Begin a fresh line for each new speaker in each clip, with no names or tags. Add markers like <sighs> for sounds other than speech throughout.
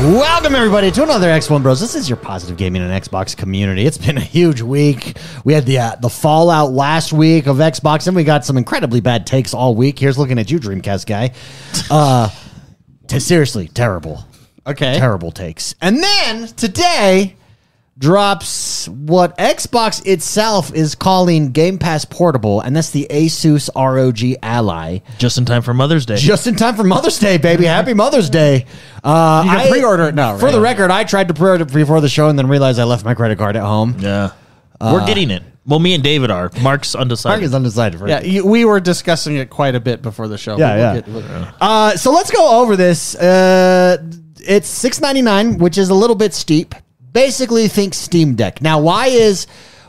Welcome, everybody, to another X1 Bros. This is your positive gaming and Xbox community. It's been a huge week. We had the uh, the fallout last week of Xbox, and we got some incredibly bad takes all week. Here's looking at you, Dreamcast guy. Uh, t- seriously, terrible,
Okay.
terrible takes. And then today drops what Xbox itself is calling Game Pass Portable, and that's the Asus ROG Ally.
Just in time for Mother's Day.
Just in time for Mother's Day, baby. Happy Mother's Day. Uh,
Mm-hmm. You can pre-order it now,
For
right?
the record, I tried to pre-order it before the show and then realized I left my credit card at home.
yeah. We're getting it. Well, me and David are. Mark's undecided.
Mark is undecided. For
Yeah, you, we were discussing it quite a bit before the show.
Yeah,
We'll
yeah.
get- we'll-
Uh, so let's go over this. Uh, it's six ninety nine, which is a little bit steep. Basically, think Steam Deck. Now, why is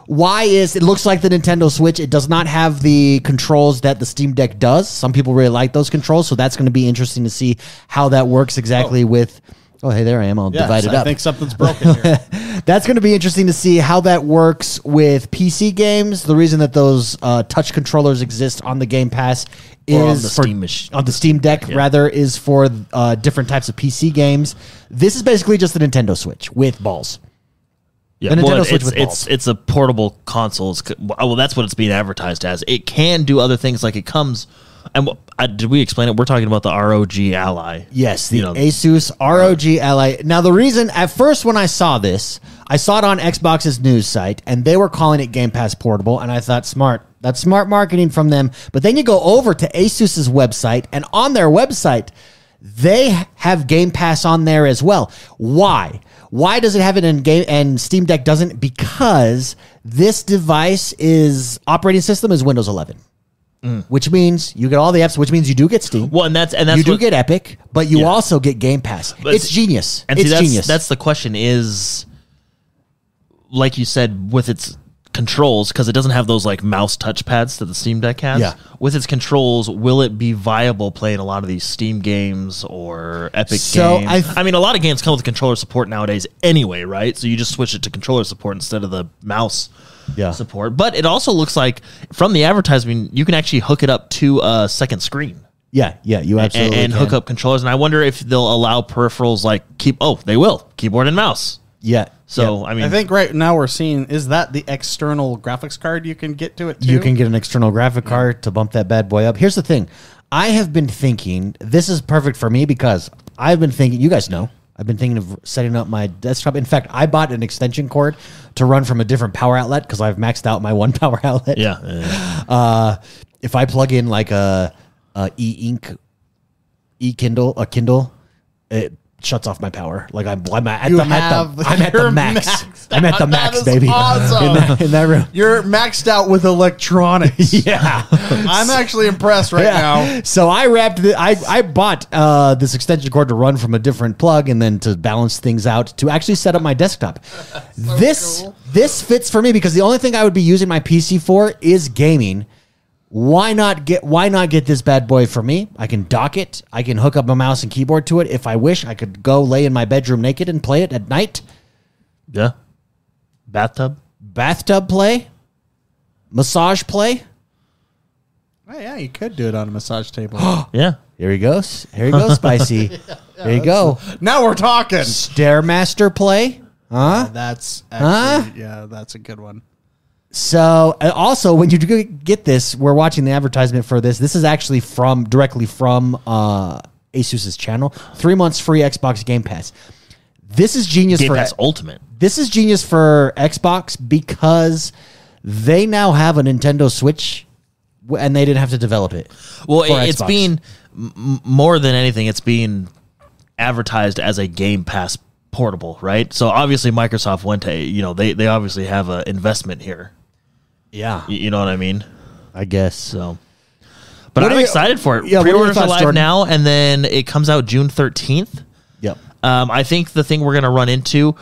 why is it looks like the Nintendo Switch? It does not have the controls that the Steam Deck does. Some people really like those controls, so that's going to be interesting to see how that works exactly with. Oh, hey, there I am. I'll
yes,
divide it
I
up.
think something's broken here.
<laughs> That's going to be interesting to see how that works with PC games. The reason that those uh, touch controllers exist on the Game Pass is
Or on the
for-
Steam mach-
on the Steam Deck rather is for uh, different types of PC games. This is basically just the Nintendo Switch with balls.
yeah.
the Nintendo
well,
Switch
it's,
with
it's,
balls.
it's a portable console. It's, co- well, that's what it's being advertised as. It can do other things. Like it comes. And wh- I, did we explain it? We're talking about the ROG Ally.
Yes, the
You know, uh,
Asus ROG Ally. Now, the reason at first when I saw this, I saw it on Xbox's news site, and they were calling it Game Pass Portable, and I thought, smart. That's smart marketing from them. But then you go over to Asus's website, and on their website, they have Game Pass on there as well. Why? Why does it have it in game and Steam Deck doesn't? Because this device is operating system is Windows 11,
Mm.
which means you get all the apps, which means you do get Steam
Well, and that's and that's
you do
what,
get Epic, but you
Yeah.
also get Game Pass.
But
it's
see-
genius.
And
it's
see, that's,
genius.
That's the question is, like you said, with its controls, because it doesn't have those like mouse touchpads that the Steam Deck has.
Yeah.
With its controls, will it be viable playing a lot of these Steam games or Epic
So,
games?
I th-
I mean, a lot of games come with controller support nowadays anyway, right? So you just switch it to controller support instead of the mouse
Yeah.
support. But it also looks like from the advertisement, you can actually hook it up to a second screen
yeah, yeah. You
and,
absolutely
and hook
can.
up controllers. And I wonder if they'll allow peripherals like keep. Oh, they will keyboard and mouse.
Yeah.
So I mean,
I think right now we're seeing is that the external graphics card you can get to it too?
You can get an external graphic card to bump that bad boy up. Here's the thing. I have been thinking this is perfect for me because I've been thinking you guys know. I've been thinking of setting up my desktop. In fact, I bought an extension cord to run from a different power outlet because I've maxed out my <laughs> one power outlet.
yeah, yeah,
Uh, if I plug in like a, a e ink, e Kindle, a Kindle, it shuts off my power. Like I'm, I'm at, the, I'm at the,
have-
I'm at the
you're
max.
maxed
I'm at the
out. <laughs> That
max,
is
baby. <laughs>
awesome.
In, that, in that
<laughs>
room.
You're maxed out with
<laughs>
electronics.
Yeah.
I'm actually impressed right
<laughs>
now.
So I wrapped the, I, I bought uh, this extension cord to run from a different plug and then to balance things out to actually set up my
<laughs>
desktop. this
cool.
this fits for me because the only thing I would be using my PC for is gaming. Why not get why not get this bad boy for me? I can dock it. I can hook up a mouse and keyboard to it if I wish. I could go lay in my bedroom naked and play it at night.
yeah. Bathtub.
Bathtub play, massage play.
Oh, yeah, you could do it on a massage
<gasps>
table.
Yeah.
Here he goes. Here he
<laughs>
goes, spicy. Here you go.
now we're talking.
Stairmaster play. Huh?
That's
Huh?
actually, yeah, that's a good one.
So, and also when you do get this, we're watching the advertisement for this. This is actually from directly from uh, Asus's channel. Three months free Xbox Game Pass. This is genius
Game
for
Pass Ultimate.
this is genius for Xbox because they now have a Nintendo Switch, w- and they didn't have to develop it.
Well,
For
it, it's
Xbox.
being m- m- more than anything. It's being advertised as a Game Pass portable, right? So obviously, Microsoft went to you know they they obviously have an investment here.
Yeah,
You, you know what I mean?
I guess
So, but
What
I'm
are your-
excited for it.
Yeah, what are your
Pre-orders are
thoughts,
live
Jordan?
now, and then it comes out June 13th.
Yep.
Um, I think the thing we're going to run into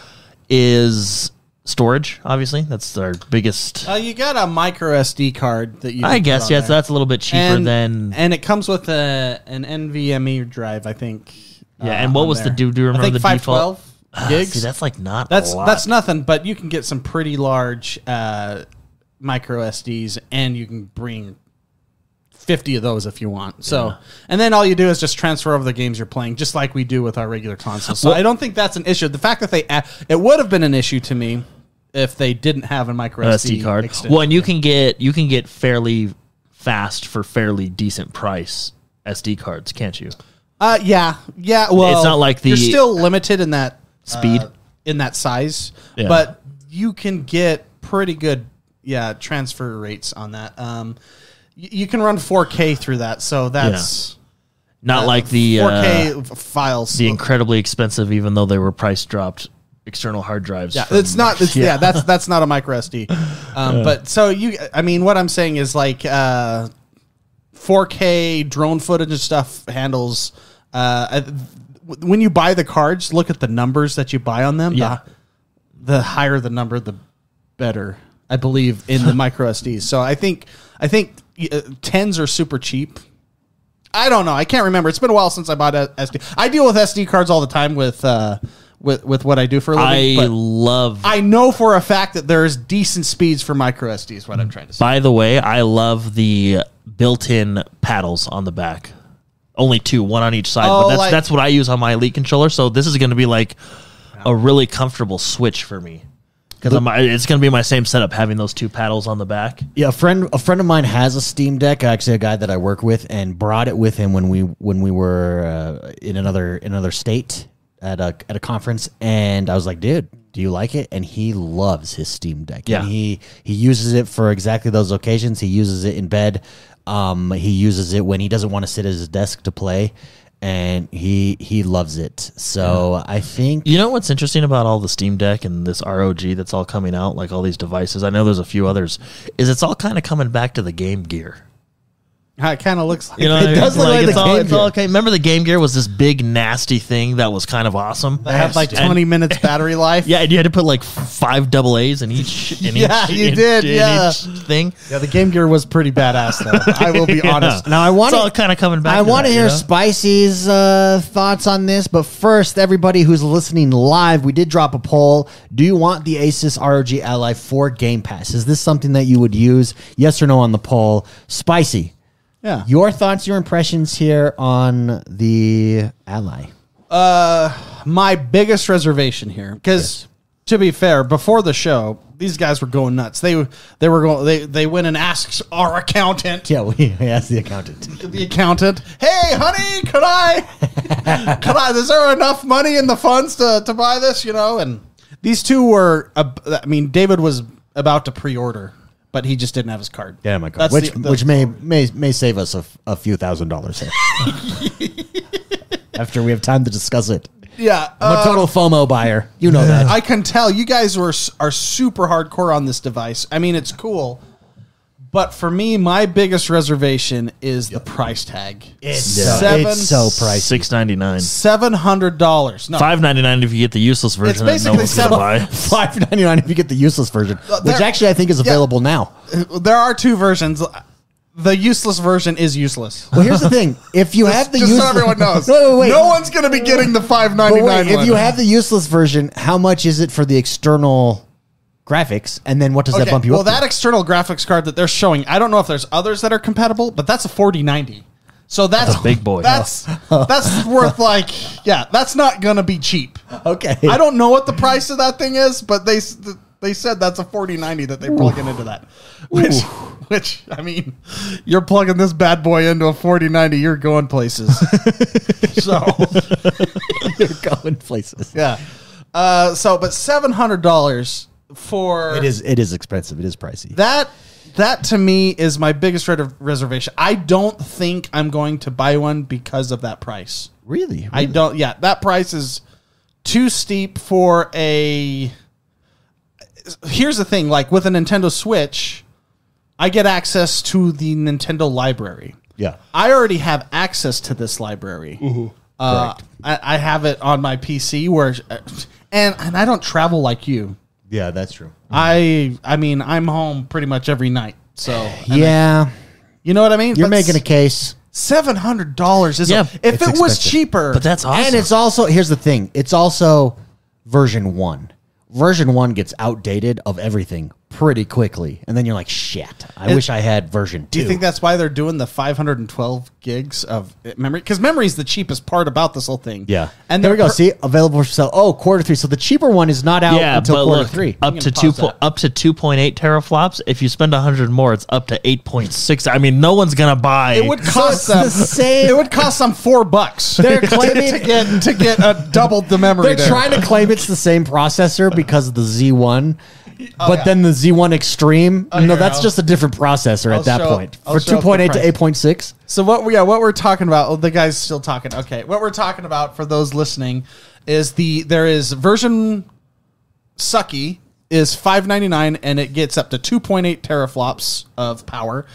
is storage. Obviously, that's our biggest.
Uh, you got a micro SD card that you.
I
can put
guess
on
yeah,
there.
so that's a little bit cheaper than
and it comes with a an NVMe E drive, I think. uh,
Yeah, and what
on
was the- do- do you
I
remember
think
the default? Ah,
512
See,
gigs?
that's like not
that's
a lot.
that's nothing, but you can get some pretty large uh, micro SDs, and you can bring 50 of those if you want. So, and then all you do is just transfer over the games you're playing, just like we do with our regular console. So, I don't think that's an issue. The fact that they add, it would have been an issue to me if they didn't have a micro
a
SD,
SD card.
extension.
Well, and you can get you can get fairly fast for fairly decent price SD cards, can't you?
Uh, yeah, yeah. Well,
It's not like the-
you're still limited in that
Speed?
uh, in that size,
Yeah.
but you can get pretty good, yeah, transfer rates on that. Um, y- you can run 4K through that, so that's
Not like the uh,
4K files.
the incredibly expensive, even though they were price dropped external hard drives.
yeah,
from-
it's not.
<laughs>
It's, yeah. that's that's not a micro SD. Um, But so you, I mean, what I'm saying is like uh, 4K drone footage and stuff handles. Uh, I- w- when you buy the cards, look at the numbers that you buy on them.
Yeah.
The, the higher the number, the better. I believe in
<laughs>
the micro SDs. So I think I think uh, tens are super cheap. I don't know. I can't remember. It's been a while since I bought a SD. I deal with SD cards all the time with uh, with with what I do for a
I
living. but-
love.
I know for a fact that there's decent speeds for micro SD is what I'm trying to say.
by the way, I love the built-in paddles on the back. Only two, one on each side.
Oh,
but that's
like-
that's what I use on my Elite controller. So this is going to be like a really comfortable switch for me because it's going to be my same setup having those two paddles on the back.
Yeah, a friend a friend of mine has a Steam Deck. Actually, a guy that I work with, and brought it with him when we when we were uh, in another in another state at a at a conference. And I was like, "Dude, do you like it?" And he loves his Steam Deck.
Yeah.
and he he uses it for exactly those occasions. He uses it in bed. Um, he uses it when he doesn't want to sit at his desk to play, and he he loves it. So I think
You know what's interesting about all the Steam Deck and this ROG that's all coming out, like all these devices. I know there's a few others. Is it's all kind of coming back to the Game Gear.
It kind of looks like
You know, what I
It
mean?
does look like
it's
the
all,
Game
it's
Gear.
all okay. Remember the Game Gear was this big nasty thing that was kind of awesome.
I have like
And-
20 minutes battery life.
<laughs> Yeah, and you had to put like five double A's in each. In
Yeah,
each,
you
in-
did,
in
yeah.
each thing.
Yeah, the Game Gear was pretty badass
<laughs>
though. I will be honest.
Now I want
it's all kind of coming back.
I want
that,
to
you
hear
know?
Spicy's uh, thoughts on this, but first, everybody who's listening live, we did drop a poll. Do you want the Asus ROG Ally for Game Pass? Is this something that you would use? Yes or no on the poll. Spicy,
Yeah.
your thoughts, your impressions here on the Ally.
my biggest reservation here because to be fair before the show these guys were going nuts they they were going they they went and asked our accountant
Yeah, we asked the accountant.
<laughs> the accountant hey honey could i
<laughs>
could i is there enough money in the funds to, to buy this you know and these two were ab- i mean david was about to pre-order but he just didn't have his card
Yeah, my God.
That's
Which,
the- the-
which may, may may save us a, f- a few thousand dollars
<laughs>
here. After we have time to discuss it.
yeah
I'm a
uh,
total FOMO buyer. You know that.
I can tell you guys were are super hardcore on this device. I mean, it's cool, but for me, my biggest reservation is the price tag.
It's so- it's so pricey.
Six ninety nine,
seven hundred dollars. No,
five ninety nine if you get the useless version that no
basically
one's gonna
seven-
buy.
Five ninety nine if you get the useless version, which
Uh, there-
actually I think is
yeah.
available now.
there are two versions. The useless version is useless.
Well, here's the thing: if you have the
<laughs> Just
useless,
so
<laughs>
everyone knows,
no, wait, wait,
no one's going to be getting the five
But
ninety
wait,
nine.
if you have the useless version, how much is it for the external graphics? And then what does that bump you
well,
up?
that
to?
external graphics card that they're showing, I don't know if there's others that are compatible, but that's a 4090. So that's
a big boy.
That's that's worth like yeah. That's not gonna be cheap.
<laughs> okay,
I don't know what the price of that thing is, but they s- they said that's a 4090 that they plug in into that. Which which I mean, you're plugging this bad boy into a 4090, you're going places. so
you're going places.
yeah. Uh, so but seven hundred dollars for
It is. It is expensive. It is pricey.
that that to me is my biggest red reservation. I don't think I'm going to buy one because of that price.
really,
I don't. Yeah, that price is too steep for a. Here's the thing: like with a Nintendo Switch, I get access to the Nintendo library.
Yeah.
I already have access to this library.
Mm-hmm.
Uh, I, I have it on my PC, where uh, and and I don't travel like you.
Yeah, that's true.
I I mean I'm home pretty much every night. So and
Mm-hmm. <sighs> Yeah,
you know what I mean.
you're making a case.
seven hundred dollars. Is
Yeah,
if it
it's
was
expensive.
cheaper,
But that's awesome.
And it's also here's the thing. It's also version one. Version one gets outdated of everything pretty quickly, and then you're like, "Shit, I wish I had version two.
Do you think that's why they're doing the 512 gigs of uh, memory? Because memory is the cheapest part about this whole thing.
yeah.
and
And there we
they're
go.
per-
See, available for sale. Oh, quarter three. So the cheaper one is not out
yeah,
until
but
quarter
look,
three.
up
I'm
to
gonna
two
pause
po-
that.
up to two point eight teraflops. If you spend hundred more, it's up to eight point six. I mean, no one's gonna buy.
It would cost
So
them.
it's the same-
<laughs> It would cost them four bucks.
They're
to-
claiming-
<laughs> to get to get a double the memory.
They're
there.
trying to claim it's the same processor because of the Z1, but
Oh, yeah. Oh,
then the Z1 Extreme. no,
here,
that's
I'll-
just a different processor
I'll
at that
show-
point.
I'll
For
show up the
2.8 to
price.
8.6.
So what we yeah, what we're talking about, oh, the guy's still talking. Okay. What we're talking about for those listening is the there is version sucky is 599 and it gets up to 2.8 teraflops of power.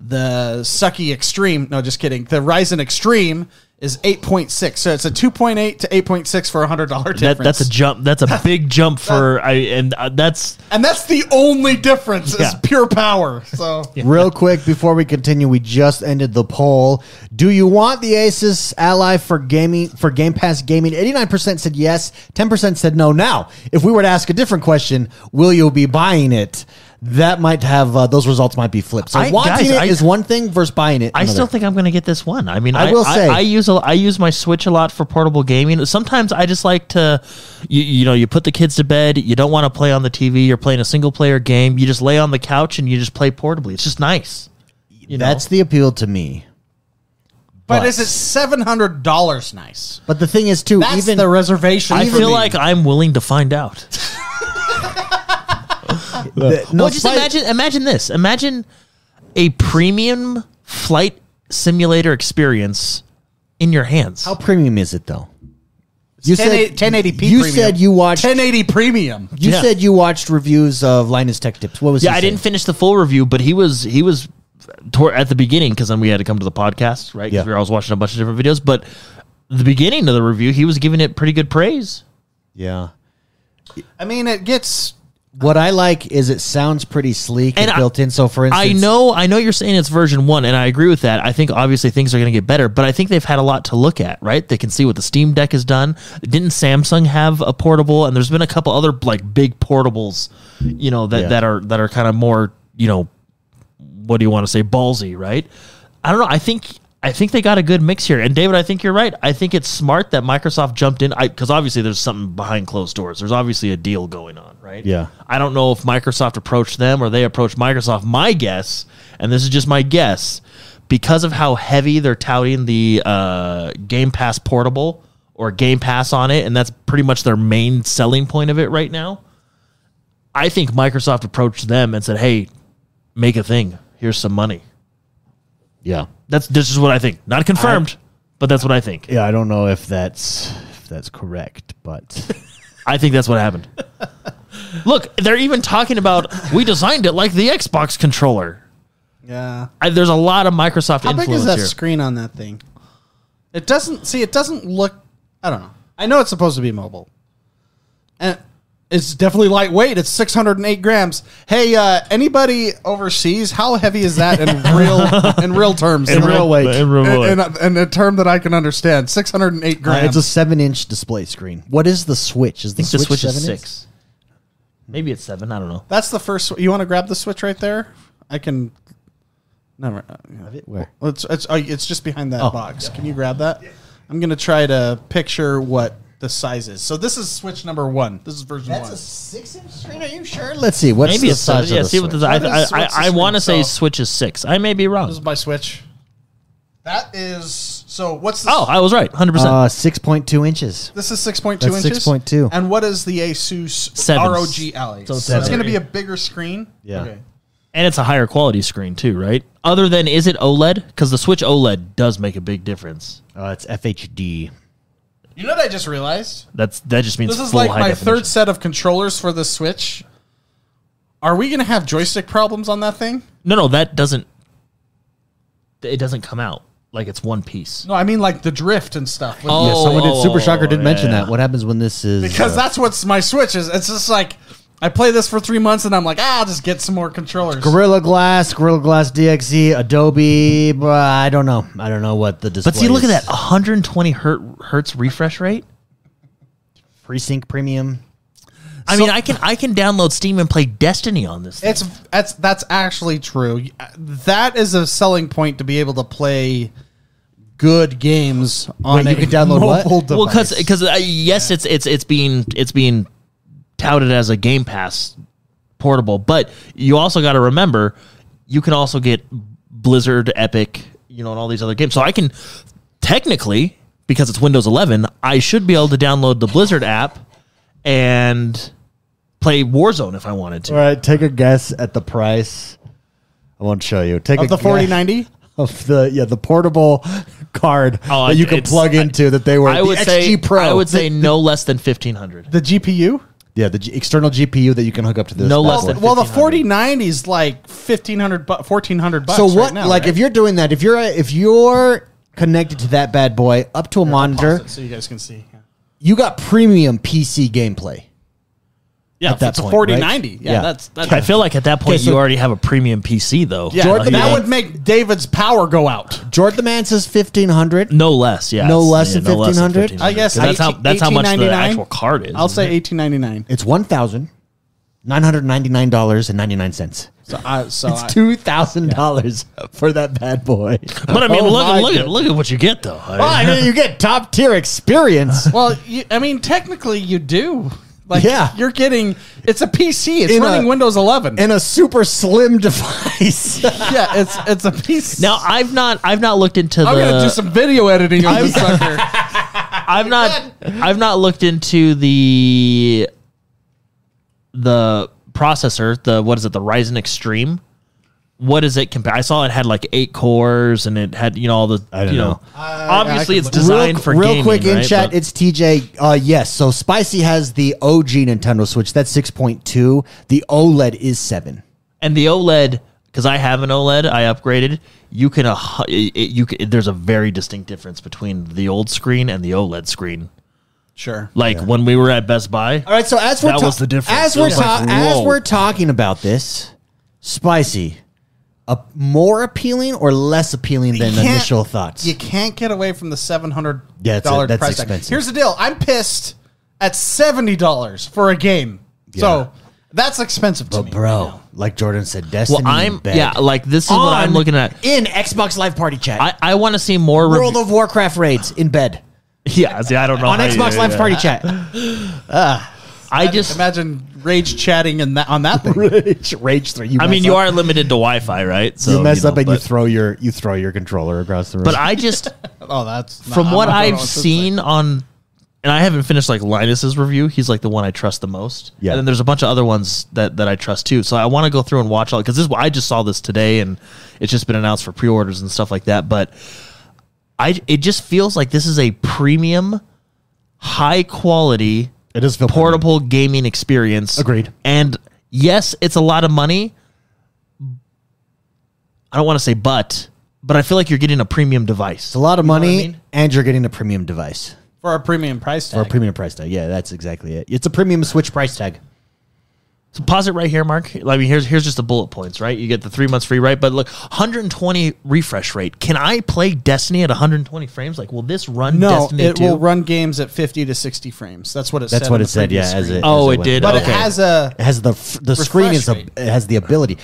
The sucky extreme, no just kidding. The Ryzen extreme is 8.6. So it's a 2.8 to 8.6 for a $100 difference.
That, that's a jump. That's a big jump for I and uh, that's
and that's the only difference
Yeah.
is pure power. So
Real quick before we continue, we just ended the poll. Do you want the Asus Ally for gaming for Game Pass gaming? 89% said yes, 10% said no. Now, if we were to ask a different question, will you be buying it? That might have uh, those results might be flipped. So
I-
wanting
guys,
it is
I-
one thing versus buying it.
I still
another.
think I'm going to get this one. I mean,
I
I,
will say-
I, use a, I use my Switch a lot for portable gaming. Sometimes I just like to, you, you know, you put the kids to bed. You don't want to play on the TV. You're playing a single player game. You just lay on the couch and you just play portably. It's just nice. You know?
that's the appeal to me.
but is it $700 nice?
But the thing is too,
That's
even
the reservation.
I
for
feel
me.
like I'm willing to find out.
the- no,
well, just
Spy-
imagine imagine this. Imagine a premium flight simulator experience in your hands.
How premium is it though? You
1080p.
you
premium.
said you watched.
1080 premium.
you
Yeah.
said you watched reviews of Linus Tech Tips. What was?
Yeah,
he
I didn't
saying?
finish the full review, but he was he was toward, at the beginning because then we had to come to the podcast, right?
Yeah.
Because we were always watching a bunch of different videos. But the beginning of the review, he was giving it pretty good praise.
yeah.
I mean, it gets.
What I like is it sounds pretty sleek and,
And I-
built in. So for instance,
I know, I know you're saying it's version one, and I agree with that. I think obviously things are going to get better, but I think they've had a lot to look at, right? They can see what the Steam Deck has done. Didn't Samsung have a portable? And there's been a couple other like big portables, you know, that
Yeah.
that are that are kind of more, you know, what do you want to say, ballsy, right? I don't know. I think. I think they got a good mix here. And David, I think you're right. I think it's smart that Microsoft jumped in because obviously there's something behind closed doors. There's obviously a deal going on, right?
Yeah.
I don't know if Microsoft approached them or they approached Microsoft. My guess, and this is just my guess, because of how heavy they're touting the uh, Game Pass Portable or Game Pass on it, and that's pretty much their main selling point of it right now. I think Microsoft approached them and said, "Hey, make a thing. Here's some money."
Yeah,
That's this is what I think. Not confirmed, but that's what I think.
yeah. I don't know if that's if that's correct,
<laughs>
but Uh,
I think that's what happened. Look, they're even talking about we designed it like the Xbox controller.
Yeah.
I, there's a lot of Microsoft
How big is
influence
that
here.
screen on that thing? It doesn't. See, it doesn't look. I don't know. I know it's supposed to be mobile. And it's definitely lightweight. It's 608 grams. Hey, uh, anybody overseas, how heavy is that in
<laughs>
real in real terms?
In real weight. In real weight.
In, in, in a term that I can understand, 608
Uh,
grams.
it's a seven-inch display screen. What is the Switch? Is the,
I think the Switch is
seven-inch?
six. Maybe it's seven. I don't know.
That's the first. You want to grab the switch right there? I can. Never. uh, yeah.
Where?
Well, It's it's oh, it's just behind that box. Can you grab that? I'm gonna try to picture what the size is. So this is switch number one. This is version one.
six-inch screen. Are you sure? Let's see. What's
Maybe
the
it's
size
seven. Yeah,
of the
see what the
Switch?
I,
What
I,
is
I,
Switch's
want to say
screen? So-
Switch is six. I may be
this
wrong.
is my switch. That is so. What's this?
Oh, I was right. Hundred percent.
Uh, six point two inches.
this is six point two
That's
inches.
6.2.
And what is the ASUS
Seven.
ROG Alley? So,
seven.
it's gonna be a bigger screen.
Yeah.
And it's a higher quality screen too, right? Other than is it OLED? Because the Switch OLED does make a big difference.
Uh, it's FHD.
You know what I just realized?
That's that just means
This is
full
like
high
my
definition.
third set of controllers for the Switch. Are we gonna have joystick problems on that thing?
No, no, that doesn't. It doesn't come out like it's one piece.
No, I mean like the drift and stuff. with-
Oh,
yeah, someone did.
oh,
Super
oh,
Shocker did
yeah,
mention
yeah.
that. What happens when this is?
because
uh,
that's what's my Switch is. It's just like I play this for three months and I'm like, ah, I'll just get some more controllers.
Gorilla Glass, Gorilla Glass DXE, Adobe. But I don't know. I don't know what the display.
But see, look at
is.
that 120 hertz refresh rate.
FreeSync Premium.
I mean, I can I can download Steam and play Destiny on this. Thing.
It's that's that's actually true. uh, That is a selling point to be able to play good games on
Wait, you
a
can download what?
mobile
well,
device.
because uh, yes, it's it's it's being it's being touted as a Game Pass portable, but you also got to remember you can also get Blizzard, Epic, you know, and all these other games. So I can technically because it's Windows 11, I should be able to download the Blizzard app and play Warzone if I wanted to.
All right, take a guess at the price. I won't show you. Take a
of the
guess-
forty ninety.
of the yeah the portable <laughs> card
Oh,
that you can
it's-
plug into that they were.
I
the
would
XG
say
Pro.
I would say no less than 1500.
The GPU?
yeah, the G- external GPU that you can hook up to this.
No
bad
less
boy.
than
Well, the
1500.
4090 is like 1500 bu- 1400 bucks.
So what?
right now,
like,
right?
if you're doing that, if you're if you're connected to that bad boy up to a monitor,
Pause it so you guys can see. Yeah.
you got premium PC gameplay.
yeah,
at that
it's a
point,
4090.
right?
Yeah, that's- that's-
I feel like at that point
Okay, so-
you already have a premium PC though.
Yeah,
Jordan-
that
Yeah.
would make David's power go out.
Jordan the man says fifteen hundred.
No less, yeah.
No less than 1500?
I guess
that's how
18-
that's how much the
1899.
actual card is.
I'll
isn't
say
it?
1899.
It's one thousand nine hundred ninety nine dollars and ninety nine cents.
So I so I-
It's two thousand dollars for that bad boy.
But I mean,
Oh
look
my
at look at
God.
look at what you get though. I mean,
Well, I mean, you get top tier experience.
Well, you, I mean technically you do. Like
Yeah.
you're getting it's a PC. It's
In a-
running Windows 11.
and a super slim <laughs> device.
<laughs> yeah, it's it's a PC.
now I've not I've not looked into
I'm
the
going to do some video editing on this <laughs> sucker.
<laughs>
I've not I've not looked into the the processor, the what is it, the Ryzen Extreme? What is it compare? I saw it had like eight cores and it had you know all the
Uh, I don't
you know,
know.
obviously it's
Real-
designed for
real
gaming,
quick in
right?
chat
But-
it's tj uh, yes so spicy has the og nintendo switch that's 6.2 the oled is 7
and the OLED because I have an OLED, I upgraded. You can a hu- it, it- you can, there's a very distinct difference between the old screen and the OLED screen.
Sure.
Like when we were at Best Buy,
all right so as we're,
That was the difference.
As,
It
we're
was like,
ta- as
whoa.
we're talking about this spicy a more appealing or less appealing than
can't-
initial thoughts
You can't get away from the seven hundred
Yeah, that's
dollar
it. That's
price tag.
expensive.
Here's the deal: I'm pissed at seventy dollars for a game, so that's expensive to me.
bro like jordan said destiny
well, I'm
in bed.
yeah, like this is what I'm
On-
looking at.
in xbox live party chat
I, I want to see more rev-
world of warcraft raids in bed
<laughs> Oh, yeah. See, I don't know
on
how you-
xbox live party chat
I
Just
just
imagine rage chatting and that on that
<laughs>
thing.
rage rage 3 you
I
mess
mean you
up.
are limited to Wi-Fi, right? So
you mess
know,
up and you
but-
throw your you throw your controller across the room.
But I just
<laughs> Oh, that's not-
from
I'm
what
not going
I've
on this
seen on, and I haven't finished like Linus's review. He's like the one I trust the most.
Yeah.
And then there's a bunch of other ones that that I trust too. So I want to go through and watch all because this I just saw this today and it's just been announced for pre-orders and stuff like that. But I it just feels like this is a premium, high quality
it does feel
portable gaming experience.
Agreed.
And yes, it's a lot of money. I don't want to say but, but I feel like you're getting a premium device.
It's a lot of
what I
money,
mean?
and you're getting a premium device
for a premium price tag.
or a premium price tag. Yeah, that's exactly it. It's a premium Switch price tag.
So pause it right here, Mark. I mean, here's here's just the bullet points, right? You get the three months free, right? But look, 120 refresh rate. Can I play Destiny at 120 frames? Like, will this run
no,
Destiny
it
2?
will run games at fifty to sixty frames. That's what it.
That's
said
what
on
it
the
said. Yeah,
previous
as
screen.
it,
Oh,
as
it did.
but
Okay.
it has a
It has the f- the screen is a,
rate.
it has the ability.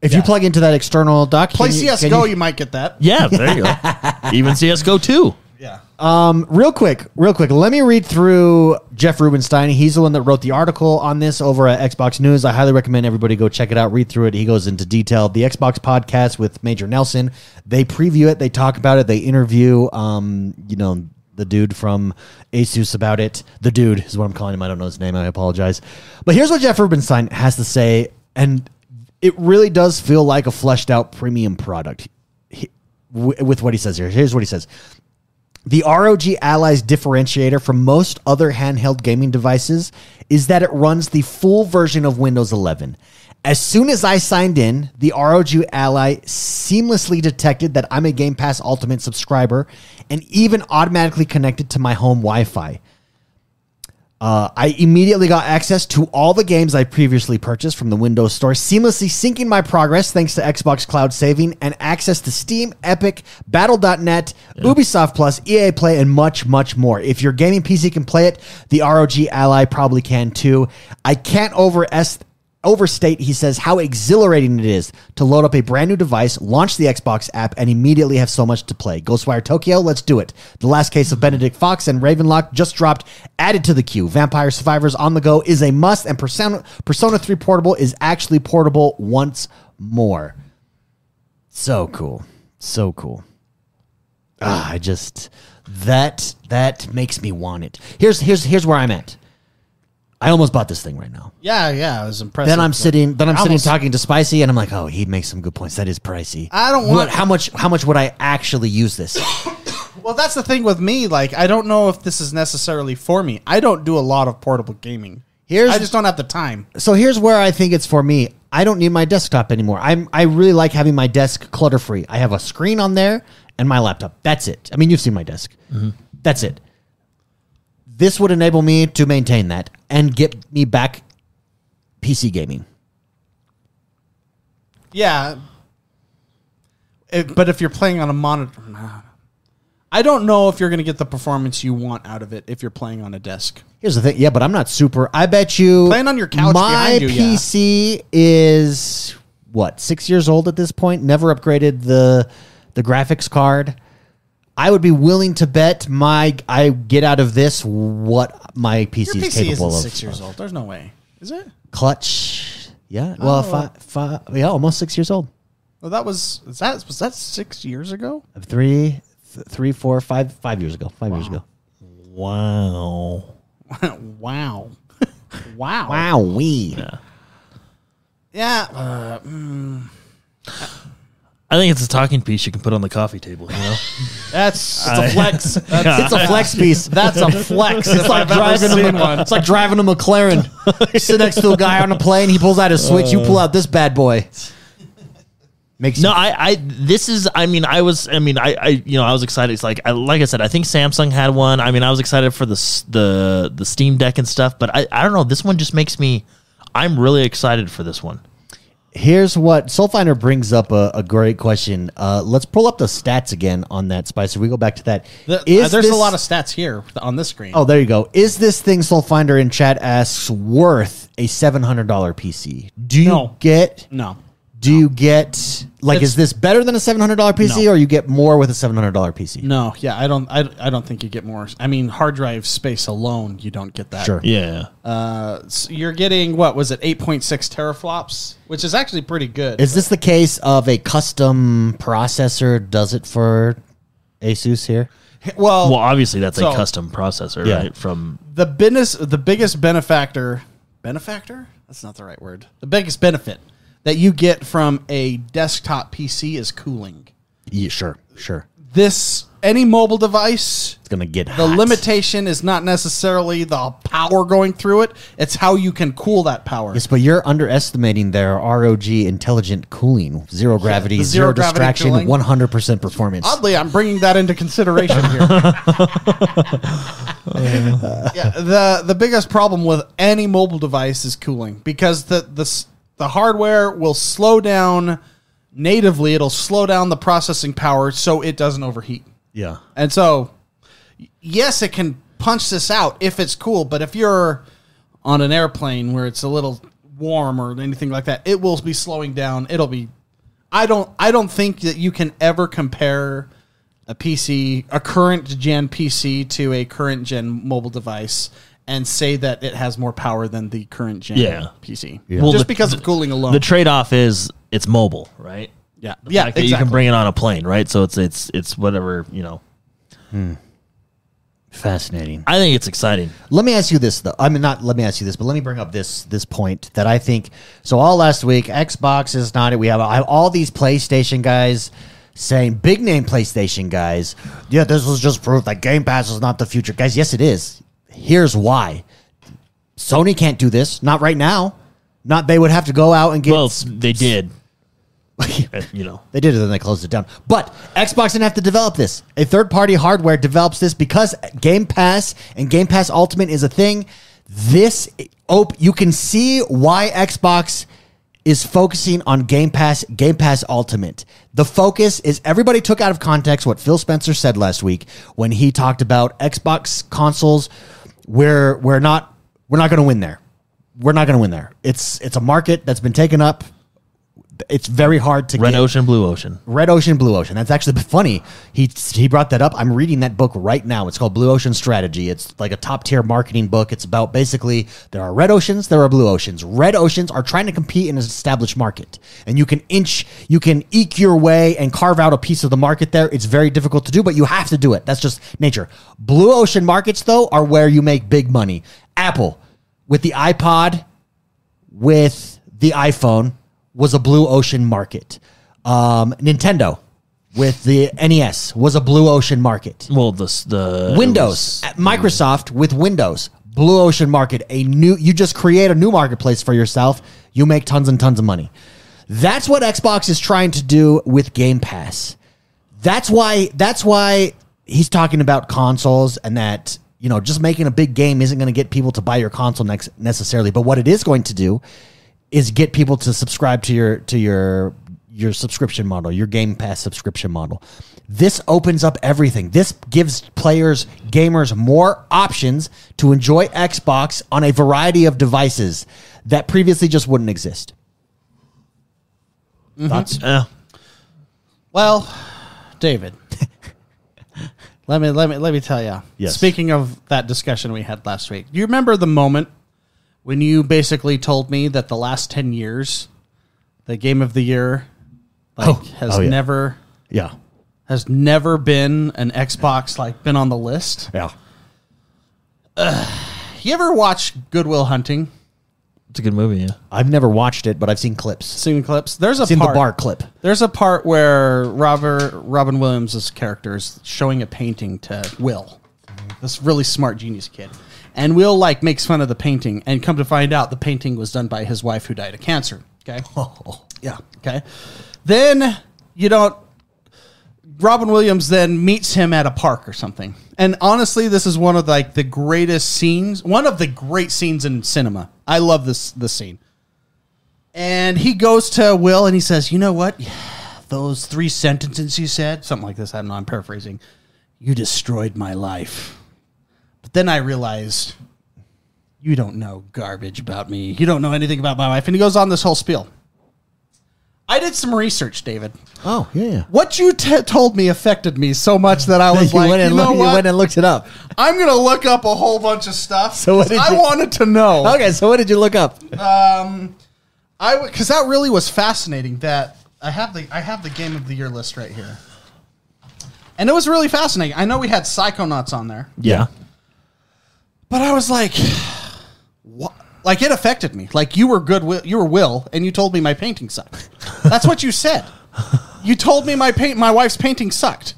If you
Yeah.
plug into that external dock,
play
can you- can
CS:GO. You,
you-
might get that.
yeah, there you go.
<laughs>
Even CS:GO 2.
Yeah.
real quick, real quick, let me read through Jeff Rubenstein. He's the one that wrote the article on this over at Xbox News. I highly recommend everybody go check it out, read through it. He goes into detail. The Xbox podcast with Major Nelson. They preview it, they talk about it, they interview, um, you know, the dude from Asus about it. The dude is what I'm calling him. I don't know his name. I apologize. But here's what Jeff Rubenstein has to say, and it really does feel like a fleshed out premium product. He- wi- With what he says here, here's what he says. The ROG Ally's differentiator from most other handheld gaming devices is that it runs the full version of Windows 11. As soon as I signed in, the ROG Ally seamlessly detected that I'm a Game Pass Ultimate subscriber and even automatically connected to my home Wi Fi. Uh, I immediately got access to all the games I previously purchased from the Windows Store, seamlessly syncing my progress thanks to Xbox Cloud Saving and access to Steam, Epic, Battle.net, Ubisoft Plus, EA Play, and much, much more. If your gaming PC can play it, the ROG Ally probably can too. I can't overest overstate, he says, how exhilarating it is to load up a brand new device, launch the Xbox app, and immediately have so much to play. Ghostwire Tokyo, let's do it. The last case of Benedict Fox and Ravenlock just dropped, added to the queue. Vampire Survivors on the go is a must, and Persona, Persona 3 Portable is actually portable once more. So cool. So cool. Ah, I just that that makes me want it. Here's here's here's where I'm at. I almost bought this thing right now
Yeah, yeah, it was impressive.
then I'm sitting. Then I'm
Almost-
sitting talking to Spicy, and I'm like, "Oh, he makes some good points. That is pricey.
I don't
What-
want-
how much. How much would I actually use
<coughs>
this?
Well, that's the thing with me. Like, I don't know if this is necessarily for me. I don't do a lot of portable gaming.
Here's-
I just don't have the time.
so here's where I think it's for me. I don't need my desktop anymore. I'm. I really like having my desk clutter free. I have a screen on there and my laptop. That's it. I mean, you've seen my desk.
Mm-hmm.
That's it. This would enable me to maintain that and get me back PC gaming.
Yeah. It- but if you're playing on a monitor, nah. I don't know if you're going to get the performance you want out of it if you're playing on a desk.
Here's the thing. Yeah, but I'm not super. I bet you
Playing on your couch
My
behind you, yeah.
PC is what six years old at this point. Never upgraded the the graphics card. I would be willing to bet my I get out of this what my PC
Your
is
PC
capable
isn't
of.
six years old. There's no way, is it?
Clutch. Yeah.
Oh.
Well, five, five, yeah, almost six years old.
Well, that was is that was that six years ago.
Three, th- three, four, five, five years ago. Five years ago.
Wow.
<laughs> wow, wow,
Wow, we.
Yeah, uh,
I think it's a talking piece you can put on the coffee table, you
<laughs>
know?
that's
I-
Flex.
<laughs> Yeah.
It's a flex piece. That's a flex.
<laughs>
It's like driving a, It's like driving a McLaren. You sit next to a guy on a plane. He pulls out his switch. You pull out this bad boy. Makes
No,
you,
I, I, this is, I mean, I was, I mean, I, I, you know, I was excited. It's like, I, like I said, I think Samsung had one. I mean, I was excited for the, s- the, the Steam Deck and stuff, but I, I don't know. This one just makes me, I'm really excited for this one.
here's what Soulfinder brings up a, a great question. Uh, let's pull up the stats again on that Spicer. We go back to that.
th-
Is
uh, there's
this-
a lot of stats here on this screen.
Oh, there you go. Is this thing Soulfinder in chat asks worth a seven hundred dollar PC? Do you
No.
get?
no,
Do you get like?
It's-
is this better than a seven hundred dollar PC,
No.
or you get more with a seven hundred dollar PC?
no, yeah, I don't, I, I don't think you get more. I mean, hard drive space alone, you don't get that.
Sure.
Yeah.
Uh, so you're getting what was it, 8.6 teraflops, which is actually pretty good.
Is this the case of a custom processor does it for Asus here?
well, obviously that's
So-
a custom processor,
Yeah.
right? From,
the business the biggest benefactor benefactor that's not the right word the biggest benefit that you get from a desktop pc is cooling
Yeah, sure, sure.
this any mobile device
It's gonna get
the limitation is not necessarily the power going through it it's how you can cool that power
Yes, but you're underestimating their ROG intelligent cooling, zero gravity,
the
zero,
zero gravity
distraction,
cooling.
one hundred percent performance.
oddly i'm bringing that into consideration here yeah, the the biggest problem with any mobile device is cooling because the the s- the hardware will slow down natively it'll slow down the processing power so it doesn't overheat
yeah,
and so y- yes it can punch this out if it's cool but if you're on an airplane where it's a little warm or anything like that it will be slowing down it'll be i don't i don't think that you can ever compare a pc a current gen pc to a current gen mobile device and say that it has more power than the current gen
Yeah.
pc
Well,
just
the-
because of cooling alone
the trade off is it's mobile, right?
yeah
The
yeah
fact that You can
exactly.
bring it on a plane, right? So it's, it's, it's whatever, you know.
fascinating.
I think it's exciting.
Let me ask you this though. I mean, not let me ask you this, but let me bring up this this point that I think. So all last week, Xbox is not it. We have, I have all these PlayStation guys saying big name PlayStation guys. Yeah, this was just proof that Game Pass is not the future, guys. Yes, it is. Here's why. Sony can't do this. Not right now. Not they would have to go out and get.
Well, s- they did. Uh, you know.
They did it, then they closed it down. But Xbox didn't have to develop this. A third party hardware develops this because Game Pass and Game Pass Ultimate is a thing. This op you can see why Xbox is focusing on Game Pass, Game Pass Ultimate. The focus is everybody took out of context what Phil Spencer said last week when he talked about Xbox consoles. We're we're not we're not going to win there. We're not going to win there. It's it's a market that's been taken up. It's very hard to
Red
get-
Ocean, Blue Ocean.
Red Ocean, Blue Ocean. That's actually <laughs> funny. He he brought that up. I'm reading that book right now. It's called Blue Ocean Strategy. It's like a top tier marketing book. It's about basically there are red oceans, there are blue oceans. Red oceans are trying to compete in an established market, and you can inch, you can eke your way and carve out a piece of the market there. It's very difficult to do, but you have to do it. That's just nature. Blue ocean markets though are where you make big money. Apple with the iPod with the iPhone was a blue ocean market. Um, Nintendo with the NES was a blue ocean market.
Well, the s- the
Windows, at Microsoft with Windows, blue ocean market. A new, you just create a new marketplace for yourself. You make tons and tons of money. That's what Xbox is trying to do with Game Pass. That's why. That's why he's talking about consoles and that you know just making a big game isn't going to get people to buy your console next necessarily. But what it is going to do is get people to subscribe to your to your your subscription model, your Game Pass subscription model. This opens up everything. This gives players, gamers more options to enjoy Xbox on a variety of devices that previously just wouldn't exist. Thoughts?
Eh,
Well,
<laughs>
David, let me let me let me tell you.
Yes.
Speaking of that discussion we had last week, do you remember the moment when you basically told me that the last ten years, the game of the year, like
Oh.
has
Oh, yeah.
never
Yeah.
has never been an Xbox like been on the list.
Yeah.
You ever watch Goodwill Hunting?
it's a good movie. Yeah.
I've never watched it, but I've seen clips.
Seen clips. There's a
Seen
part,
the bar clip.
There's a part where Robert Robin Williams' character is showing a painting to Will, this really smart genius kid, and Will like makes fun of the painting, and come to find out the painting was done by his wife who died of cancer. Okay, yeah, okay. Then you don't. Robin Williams then meets him at a park or something, and honestly, this is one of like the greatest scenes, one of the great scenes in cinema. I love this this scene. And he goes to Will and he says, You know what? Those three sentences you said, something like this, I don't know, I'm paraphrasing. You destroyed my life. But then I realized, You don't know garbage about me. You don't know anything about my life. And he goes on this whole spiel. I did some research, David.
Oh, yeah. yeah.
What you t- told me affected me so much
<laughs>
that I was
you,
like,
went and
you know
looked, you
what?
went and looked it up.
<laughs> I'm going to look up a whole bunch of stuff.
So what did
I
you-
wanted to know.
Okay, so what did you look up?
I because that really was fascinating. That I have the I have the game of the year list right here, and it was really fascinating. I know we had Psychonauts on there,
Yeah.
but I was like, <sighs> what? Like it affected me. Like you were good, Will- you were Will, and you told me my painting sucked. That's what you said. You told me my paint, my wife's painting sucked,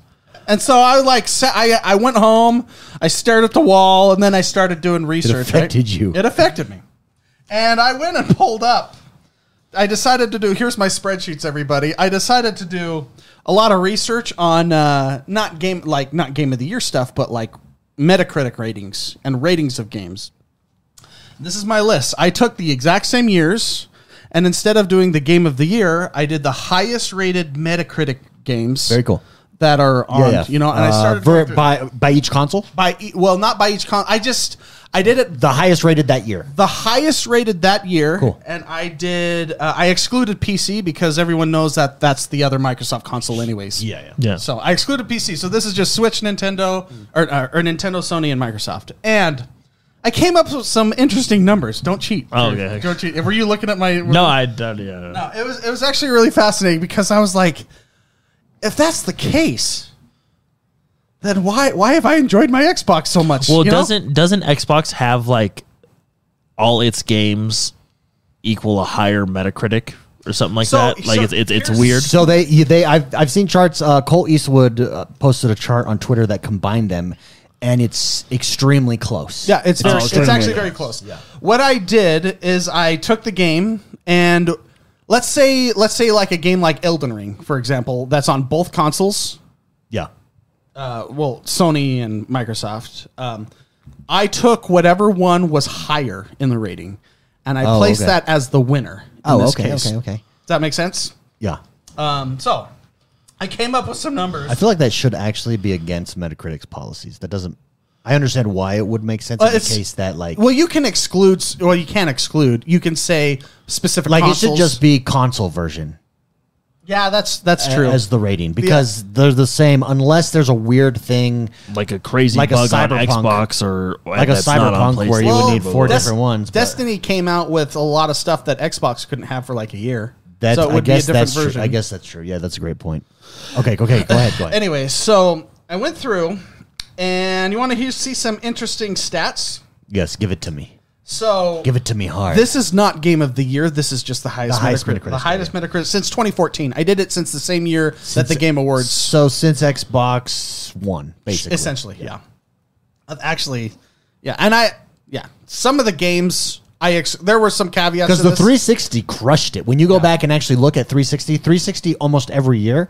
and so I like sa- I I went home, I stared at the wall, and then I started doing research. right?
affected you.
It affected me, and I went and pulled up. I decided to do. Here's my spreadsheets, everybody. I decided to do a lot of research on uh, not game like not game of the year stuff, but like Metacritic ratings and ratings of games. This is my list. I took the exact same years, and instead of doing the game of the year, I did the highest rated Metacritic games.
Very cool.
That are on, you know, and I
Uh,
started
ver-
going through-
by by each console,
by e- well, not by each con. I just I did it
the highest rated that year.
the highest rated that year.
Cool.
And I did. Uh, I excluded PC because everyone knows that that's the other Microsoft console, anyways.
Yeah.
So I excluded PC. So this is just Switch, Nintendo, or, uh, or, or Nintendo, Sony, and Microsoft. And I came up with some interesting numbers. Don't cheat.
Oh, okay.
Don't cheat. Were you looking at my?
no, I don't. Yeah.
No, it was it was actually really fascinating because I was like, if that's the case, then why why have I enjoyed my Xbox so much?
Well,
you know?
doesn't doesn't Xbox have like all its games equal a higher Metacritic or something like
So-
that? Like
so
it's it's, it's
here's-
weird.
So they you- they I've I've seen charts. Uh, Cole Eastwood uh, posted a chart on Twitter that combined them, and it's extremely close.
Yeah, it's very,
Oh,
it's
extremely
actually very close. What I did is I took the game and let's say let's say like a game like Elden Ring, for example, that's on both consoles.
yeah.
Uh, well, Sony and Microsoft. Um, I took whatever one was higher in the rating, and I
Oh,
placed
okay.
that as the winner. in
Oh,
this
okay,
case.
okay, okay.
Does that make sense?
Yeah.
Um, so I came up with some numbers.
I feel like that should actually be against Metacritic's policies. That doesn't. I understand why it would make sense
Well,
in the
Uh, it's-
case that like
well, you can exclude. Well, you can't exclude. You can say specific.
like it should
consoles.
just be console version
Yeah, that's that's
a-
true.
as the rating because they're the same unless there's a weird thing
like a crazy
Like a
bug on
cyberpunk.
Xbox or
Like a
that's not on
cyberpunk where you
PlayStation,
would need
but
four
whatever.
different ones, but-
Destiny came out with a lot of stuff that Xbox couldn't have for like a year.
that
so it would
I guess
be a different
that's
version.
true. I guess that's true. Yeah, that's a great point. Okay, okay, go
<laughs>
ahead, go ahead.
Anyway, so I went through, and you want to hear, see some interesting stats.
yes, give it to me.
So
Give it to me hard.
this is not game of the year. This is just the highest,
The highest
Metacritic.
Metacritic
The highest Metacritic since 2014. I did it since the same year that the Game Awards
so since Xbox One, basically,
essentially yeah, Uh, actually yeah and i yeah some of the games i ex- there were some caveats
because
to
the
this.
360 crushed it. When you go back and actually look at 360, 360 almost every year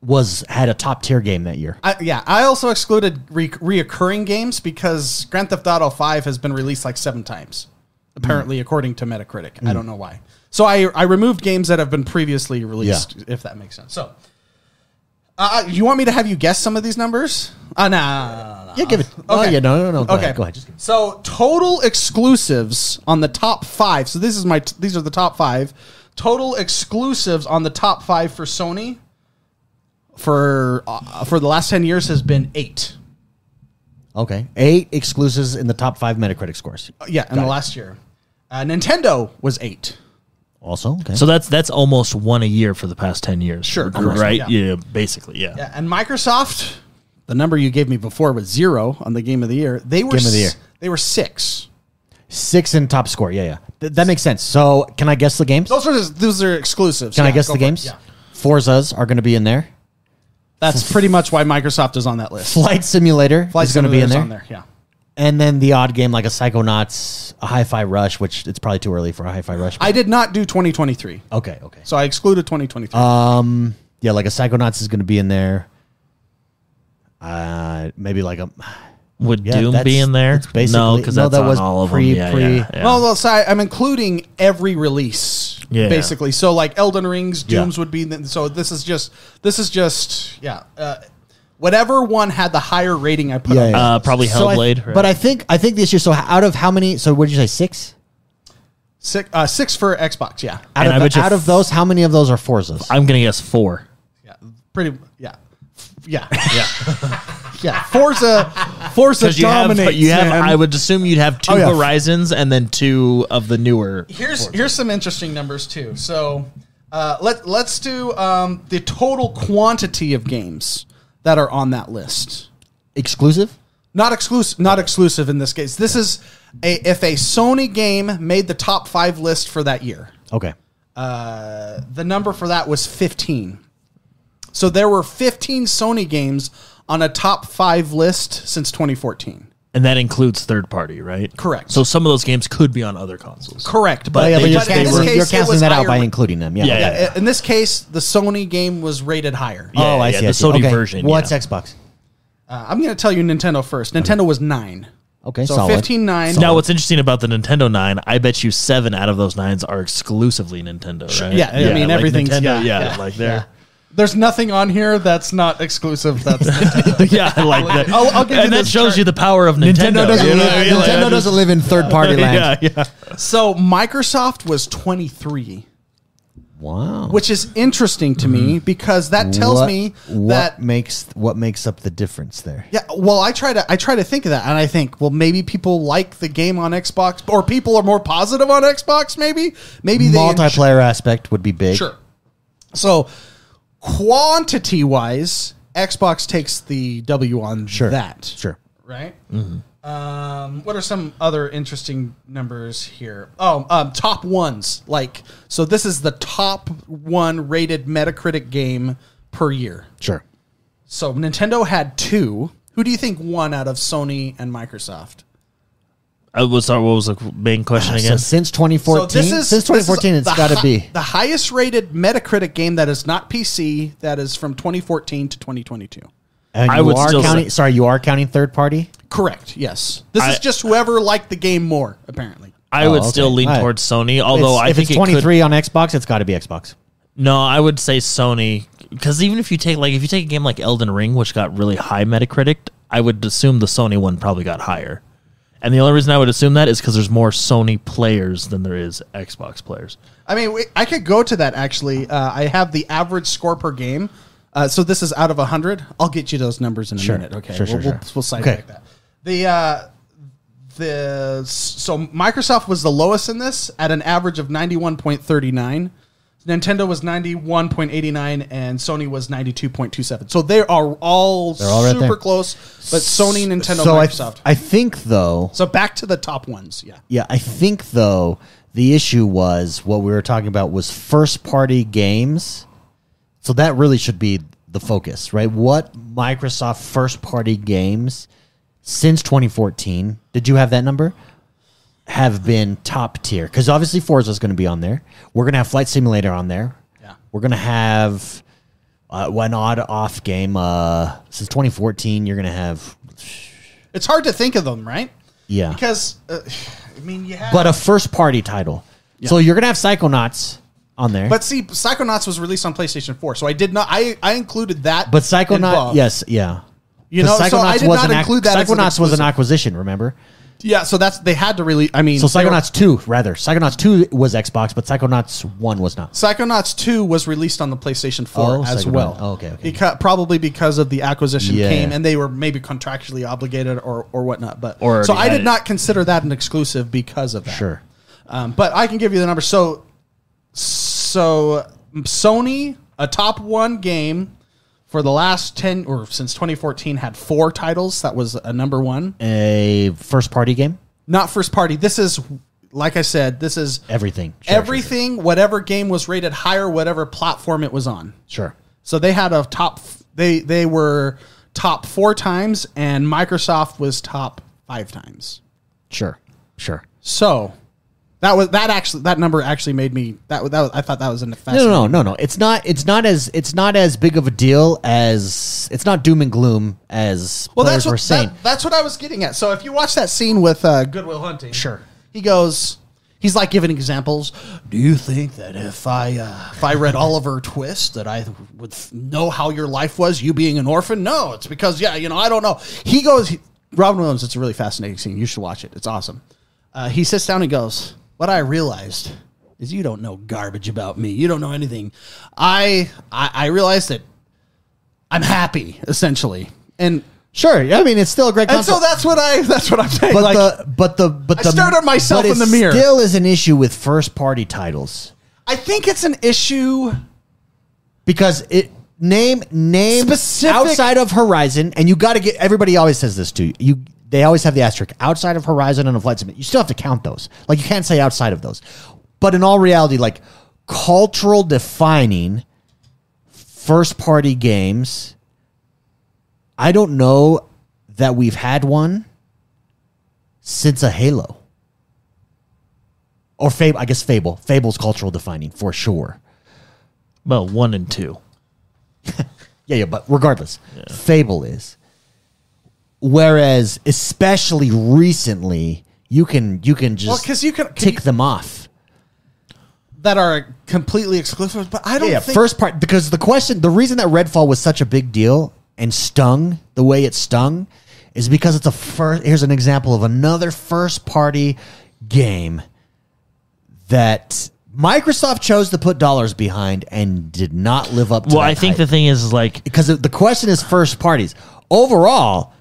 was had a top tier game that year.
I, yeah i also excluded re- reoccurring games because grand theft auto 5 has been released like seven times apparently according to metacritic i don't know why so I, I removed games that have been previously released if that makes sense so uh, you want me to have you guess some of these numbers uh, nah, nah, nah, nah.
yeah, give it. Oh yeah, no, no, no. Go
okay,
ahead, go ahead. Just give it.
so total exclusives on the top five. So this is my. these are the top five. Total exclusives on the top five for Sony for uh, for the last ten years has been eight.
Okay, eight exclusives in the top five Metacritic scores.
Uh, Yeah, in the last year, uh, Nintendo was eight.
Also, okay.
So that's that's almost one a year for the past ten years.
Sure, correct,
right?
yeah.
Yeah. basically, yeah.
Yeah, and Microsoft, the number you gave me before was zero on the Game of the Year. They were
Game of the
s-
Year.
They were six.
Six in top score. Yeah, yeah. Th- that makes sense. So, can I guess the games?
Those are those are exclusives.
Can I
Yeah,
guess
go
the
for it.
games?
Yeah.
Forza's are going to be in there.
That's pretty much why Microsoft is on that list.
Flight Simulator
Flight
is going to be in
Simulator's
there.
on there. Yeah.
And then the odd game like a Psychonauts, a Hi-Fi Rush, which it's probably too early for a Hi-Fi Rush.
I did not do 2023.
but- okay, okay.
So I excluded 2023.
Um, yeah, like a Psychonauts is going to be in there. Uh, maybe like a
Would
Yeah,
Doom
that's-
be in there?
that's basically-
no, because
no,
that's
that
on
was
all of
pre-
them. Yeah,
pre-
yeah, yeah.
Well, well, so I- I'm including every release,
Yeah.
basically. So like Elden Rings,
Yeah.
Dooms would be. the- So this is just this is just yeah. Uh, whatever one had the higher rating, I put.
Yeah,
on
yeah.
uh, probably
So I-
Hellblade. right?
But I think I think this year. So out of how many? So what did you say? Six.
Six, uh, six for Xbox. Yeah,
Out
And I
of
bet
the,
you
out of those, how many of those are Forza's?
I'm gonna guess four.
yeah, pretty yeah. Yeah,
Yeah,
<laughs> yeah. Forza,
<laughs>
Forza
because you have,
dominates.
but you have.
man.
I would assume you'd have two
Oh, yeah.
Horizons and then two of the newer.
here's here's some interesting numbers too. So uh, let let's do um, the total quantity of games that are on that list.
Exclusive.
Not exclusive. Not exclusive in this case. This is a if a Sony game made the top five list for that year.
Okay.
Uh, the number for that was fifteen. So there were fifteen Sony games on a top five list since 2014.
And that includes third party, right?
Correct.
So some of those games could be on other consoles.
Correct,
Oh,
but,
yeah, but
they
you're,
just- they
canceling-
were-
you're
it was
canceling that out by
higher-
including them. Yeah.
Yeah,
okay.
yeah.
Yeah, in this case, the Sony game was rated higher.
Yeah,
oh, I
yeah,
see.
the
I see.
Sony
okay.
version,
What's
yeah.
Xbox?
Uh, I'm going to tell you Nintendo first. Nintendo was nine.
Okay,
so
solid.
15 9.
Now, what's interesting about the Nintendo Nine? I bet you seven out of those nines are exclusively Nintendo. Right?
yeah, I mean, everything's-
Nintendo,
yeah,
yeah,
yeah,
like
<laughs>
there.
There's nothing on here that's not exclusive. That's
<laughs> yeah, I
<laughs>
like that.
I'll- I'll give you
and that
this
shows
chart.
you the power of Nintendo.
Nintendo doesn't,
you know
live,
what I mean? Like,
Nintendo
I just-
doesn't live in third party land.
Yeah, yeah.
so Microsoft was 23,
Wow.
which is interesting to me because that tells
Mm-hmm. What-
me
what
that
makes what makes up the difference there.
yeah, well I try to I try to think of that and I think well maybe people like the game on Xbox or people are more positive on Xbox maybe maybe they
Multiplayer aspect would be big.
Sure. So, quantity wise, Xbox takes the W on
Sure.
that.
Sure. Mm-hmm.
Right? Um, what are some other interesting numbers here? Oh, um, top ones. Like, so this is the top one rated Metacritic game per year.
Sure.
So, Nintendo had two. Who do you think won out of Sony and Microsoft?
I was sorry. What was the main question
Oh, So
again?
since 2014, since 2014,
this is
it's
the
got to
hi-
be.
the highest rated Metacritic game that is not PC that is from 2014 to 2022.
And
I
you
would
are
still
counting.
say-
sorry, you are counting third party.
Correct. Yes. This
I-
is just whoever liked the game more, apparently.
I
Oh,
would
okay.
still lean
All right.
towards Sony, although
It's-
I
if
think
it's
it could-
23 on Xbox, it's got to be Xbox.
No, I would say Sony because even if you take like if you take a game like Elden Ring, which got really high Metacritic, I would assume the Sony one probably got higher. And the only reason I would assume that is because there's more Sony players than there is Xbox players.
I mean, we, I could go to that actually. Uh, I have the average score per game. Uh, so this is out of 100. I'll get you those numbers in a
Sure.
minute. Okay.
Sure,
we'll,
sure,
we'll,
sure.
we'll side
Okay.
check that. The, uh, the, so Microsoft was the lowest in this at an average of 91.39. Nintendo was 91.89 and Sony was 92.27. So they are all,
all right
super
there.
close, but Sony, Nintendo,
So I,
Microsoft.
I think though,
so back to the top ones. Yeah.
yeah, I think though the issue was what we were talking about was first party games. So that really should be the focus, right? What Microsoft first party games since 2014? Did you have that number? Have been top tier because obviously Forza is going to be on there. We're going to have Flight Simulator on there.
Yeah.
We're going to have uh, an odd off game uh, since 2014. You're going to have
It's hard to think of them, right?
yeah.
Because, uh, <sighs> I mean, you have.
but a first party title. So you're gonna have Psychonauts on there.
But see, Psychonauts was released on PlayStation 4, so I did not. I, I included that.
but Psychonauts,
involved.
yes, yeah.
You
'Cause
know, so I did
was
not
an ac-
include that as an
Psychonauts was an
exclusive.
acquisition, remember?
Yeah, so that's they had to release. I mean,
So
they were-
Psychonauts two, rather. Psychonauts two was Xbox, but Psychonauts one was not.
Psychonauts 2 was released on the PlayStation 4
Oh,
as
Psychonaut-
well.
oh, okay, okay.
Beca- probably because of the acquisition
Yeah.
came and they were maybe contractually obligated or, or whatnot. But
Or
so
already
I
had
did
it.
not consider that an exclusive because of that.
Sure.
Um, but I can give you the number. So, so Sony, a top one game for the last ten or since 2014 had four titles. That was a number one,
A first party game?
not first party. This is, like I said, this is
Everything. Sure, sure,
everything. Whatever game was rated higher, whatever platform it was on.
Sure.
So they had a top. They they were top four times, and Microsoft was top five times.
Sure. Sure.
So that was that actually that number actually made me that was- that was, I thought that was an
No, no, no, no, no. It's not it's not as it's not as big of a deal as it's not doom and gloom as
Well,
players
that's what
were saying.
that- that's what I was getting at. So if you watch that scene with uh, Goodwill Hunting,
Sure.
he goes. He's like giving examples. Do you think that if I uh, if I read Oliver Twist that I would f- know how your life was, you being an orphan? No, it's because yeah, you know I don't know. He goes. He, Robin Williams. It's a really fascinating scene. You should watch it. It's awesome. Uh, he sits down and goes. What I realized is you don't know garbage about me. You don't know anything. I I, I realized that I'm happy essentially, and
Sure. Yeah, I mean it's still a great
and
concept.
so that's what I that's what I'm saying.
But
like,
the but the but
I
the
stared at myself
but
in the
it
mirror.
Still is an issue with first party titles
I think it's an issue.
because it name name
Specific-
outside of Horizon, and you got to get everybody always says this to you. you. They always have the asterisk outside of Horizon and of Flight Simulator. You still have to count those. Like you can't say outside of those. But in all reality, like cultural defining first party games, I don't know that we've had one since a Halo. Or Fable, I guess Fable. Fable's cultural defining for sure.
Well, one and two.
Yeah, yeah, but regardless, Fable is. Whereas, especially recently, you can you can just
'cause you can- can
tick
you-
them off.
That are completely exclusive, but I don't
Yeah, yeah,
think
first part because the question, the reason that Redfall was such a big deal and stung the way it stung, is because it's a first. Here's an example of another first party game that Microsoft chose to put dollars behind and did not live up. to
Well,
that
I think
hype.
the thing is, is like
because the question is first parties. Overall,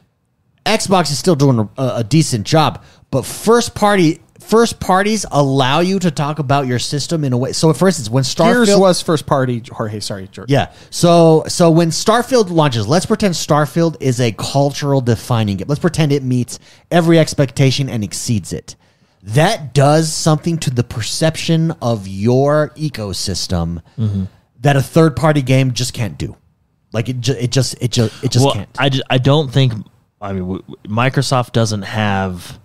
Xbox is still doing a, a decent job, but first party first parties allow you to talk about your system in a way. So, for instance, when Starfield
Gears was first party. Jorge, sorry, George.
yeah. So so when Starfield launches, let's pretend Starfield is a cultural defining game. Let's pretend it meets every expectation and exceeds it. That does something to the perception of your ecosystem that a third party game just can't do. Like it, ju- it just it just it just
well,
can't.
I, ju- I don't think I mean w- w- Microsoft doesn't have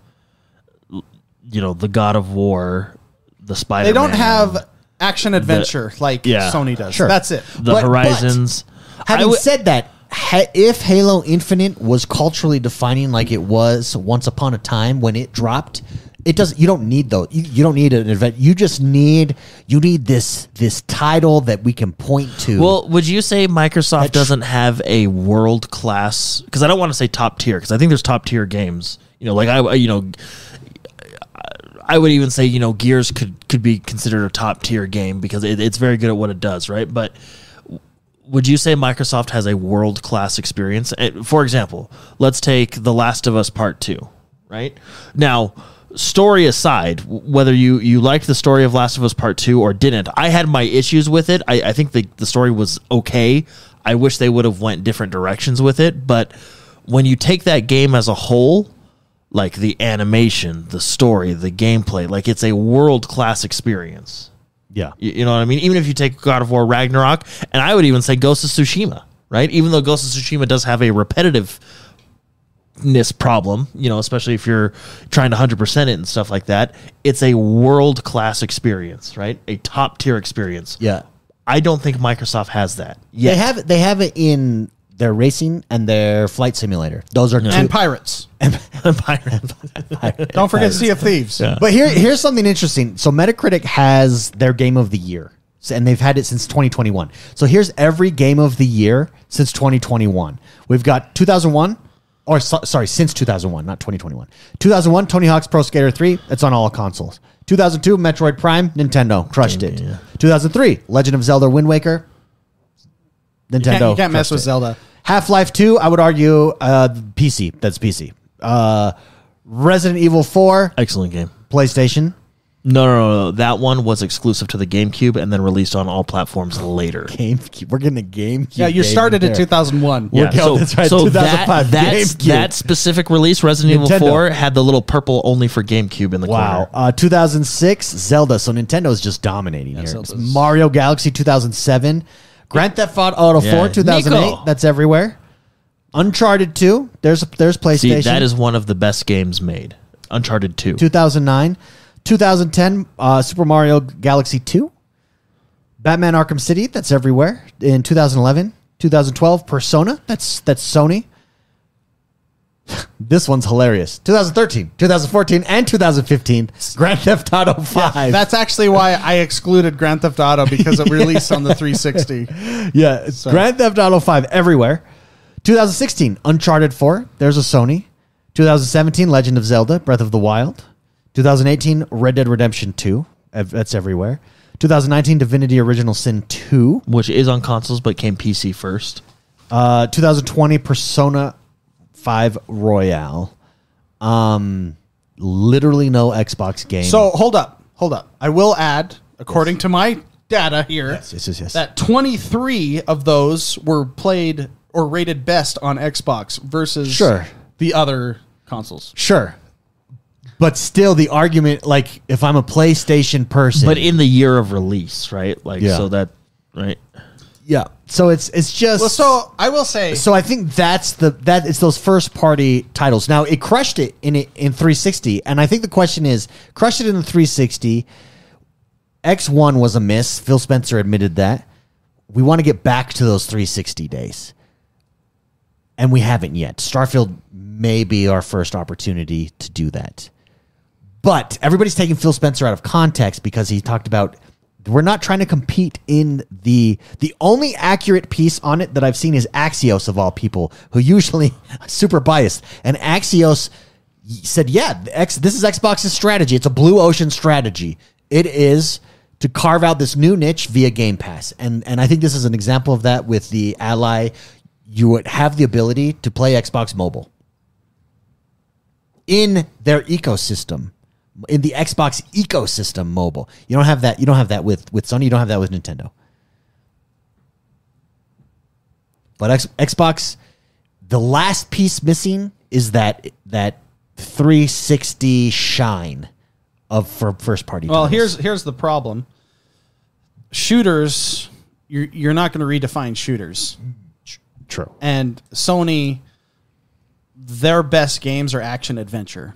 l- you know the God of War, the Spider.
they don't have action adventure like
yeah.
Sony does.
Sure.
that's it.
the
but- but
Horizons. I
Having
would-
said that, ha- if Halo Infinite was culturally defining like it was once upon a time when it dropped, it doesn't. You don't need though. You, you don't need an event. You just need you need this this title that we can point to.
Well, would you say Microsoft doesn't have a world class? Because I don't want to say top tier, because I think there's top tier games. You know, like I, you know, I would even say you know Gears could could be considered a top tier game because it, it's very good at what it does, right? But w- would you say Microsoft has a world class experience? Eh, For example, let's take The Last of Us Part Two, right? Now, story aside, w- whether you you liked the story of Last of Us Part Two or didn't, I had my issues with it. I, I think the the story was okay. I wish they would have went different directions with it, but when you take that game as a whole, like the animation, the story, the gameplay. Like it's a world class experience.
yeah,
You, you know what I mean? Even if you take God of War Ragnarok, and I would even say Ghost of Tsushima, right? Even though Ghost of Tsushima does have a repetitiveness problem, you know, especially if you're trying to 100% it and stuff like that, it's a world class experience, right? A top tier experience.
yeah.
I don't think Microsoft has that.
They
yet.
have it. They have it in their racing and their flight simulator. Those are two. <laughs>
and pirates.
<laughs> Byron.
Don't forget Sea of Thieves.
But here, here's something interesting. So Metacritic has their game of the year, So- and they've had it since 2021. So here's every game of the year since 2021. We've got 2001, or so, sorry, since 2001, not 2021. 2001, Tony Hawk's Pro Skater 3. It's on all consoles. 2002, Metroid Prime, Nintendo crushed it. 2003, Legend of Zelda: Wind Waker. Nintendo.
Can't- you can't mess
crushed
with
it.
Zelda.
Half Life 2, I would argue, uh, PC. That's PC. Uh, Resident Evil 4,
<laughs> Excellent game.
PlayStation.
No, no, no, no. That one was exclusive to the GameCube and then released on all platforms later.
GameCube. We're getting a GameCube.
Yeah, you
game
started in
there.
2001.
Yeah. Okay, that's right, 2005
that's-
GameCube.
that specific release, Resident
Nintendo.
Evil 4, had the little purple only for GameCube in the
Wow.
corner.
Uh, 2006, Zelda. So Nintendo's just dominating here. It's Mario Galaxy 2007. Grand Theft Auto 4
Yeah.
2008.
Nico.
That's everywhere. Uncharted 2. There's there's
See,
PlayStation.
that is one of the best games made. Uncharted 2.
2009. 2010, uh, Super Mario Galaxy 2. Batman Arkham City. That's everywhere. In 2011. 2012, Persona. That's that's Sony. <laughs> This one's hilarious. 2013, 2014, and 2015. Grand Theft Auto 5. Yeah,
That's actually why I excluded Grand Theft Auto because
<laughs>
it released on the 360.
it's Grand Theft Auto 5 everywhere. 2016, Uncharted 4. There's a Sony. 2017, Legend of Zelda, Breath of the Wild. 2018, Red Dead Redemption 2. Ev- That's everywhere. 2019, Divinity Original Sin 2.
Which is on consoles but came PC first.
Uh, 2020, Persona 5 Royale. Um, literally no Xbox game.
So hold up, hold up. I will add, according to my data here,
yes, yes, yes.
that 23 of those were played or rated best on Xbox versus
Sure.
the other consoles.
Sure. But still, the argument, like, if I'm a PlayStation person,
But in the year of release, right? Like,
Yeah.
so that, right?
yeah, so it's it's just
Well, so I will say,
so I think that's the that it's those first party titles. Now it crushed it in it in 360, and I think the question is, crushed it in the 360. X1 was a miss. Phil Spencer admitted that. We want to get back to those 360 days, and we haven't yet. Starfield may be our first opportunity to do that. But everybody's taking Phil Spencer out of context because he talked about we're not trying to compete in the the only accurate piece on it that I've seen is Axios of all people who usually <laughs> are super biased and Axios y- said yeah the X, this is Xbox's strategy it's a blue ocean strategy it is to carve out this new niche via Game Pass and and I think this is an example of that with the Ally you would have the ability to play Xbox mobile in their ecosystem in the Xbox ecosystem mobile. You don't have that you don't have that with with Sony, you don't have that with Nintendo. But X, Xbox the last piece missing is that that 360 shine of for first party
well,
titles.
here's here's the problem. Shooters, you're you're not going to redefine shooters.
true.
and Sony, their best games are action adventure.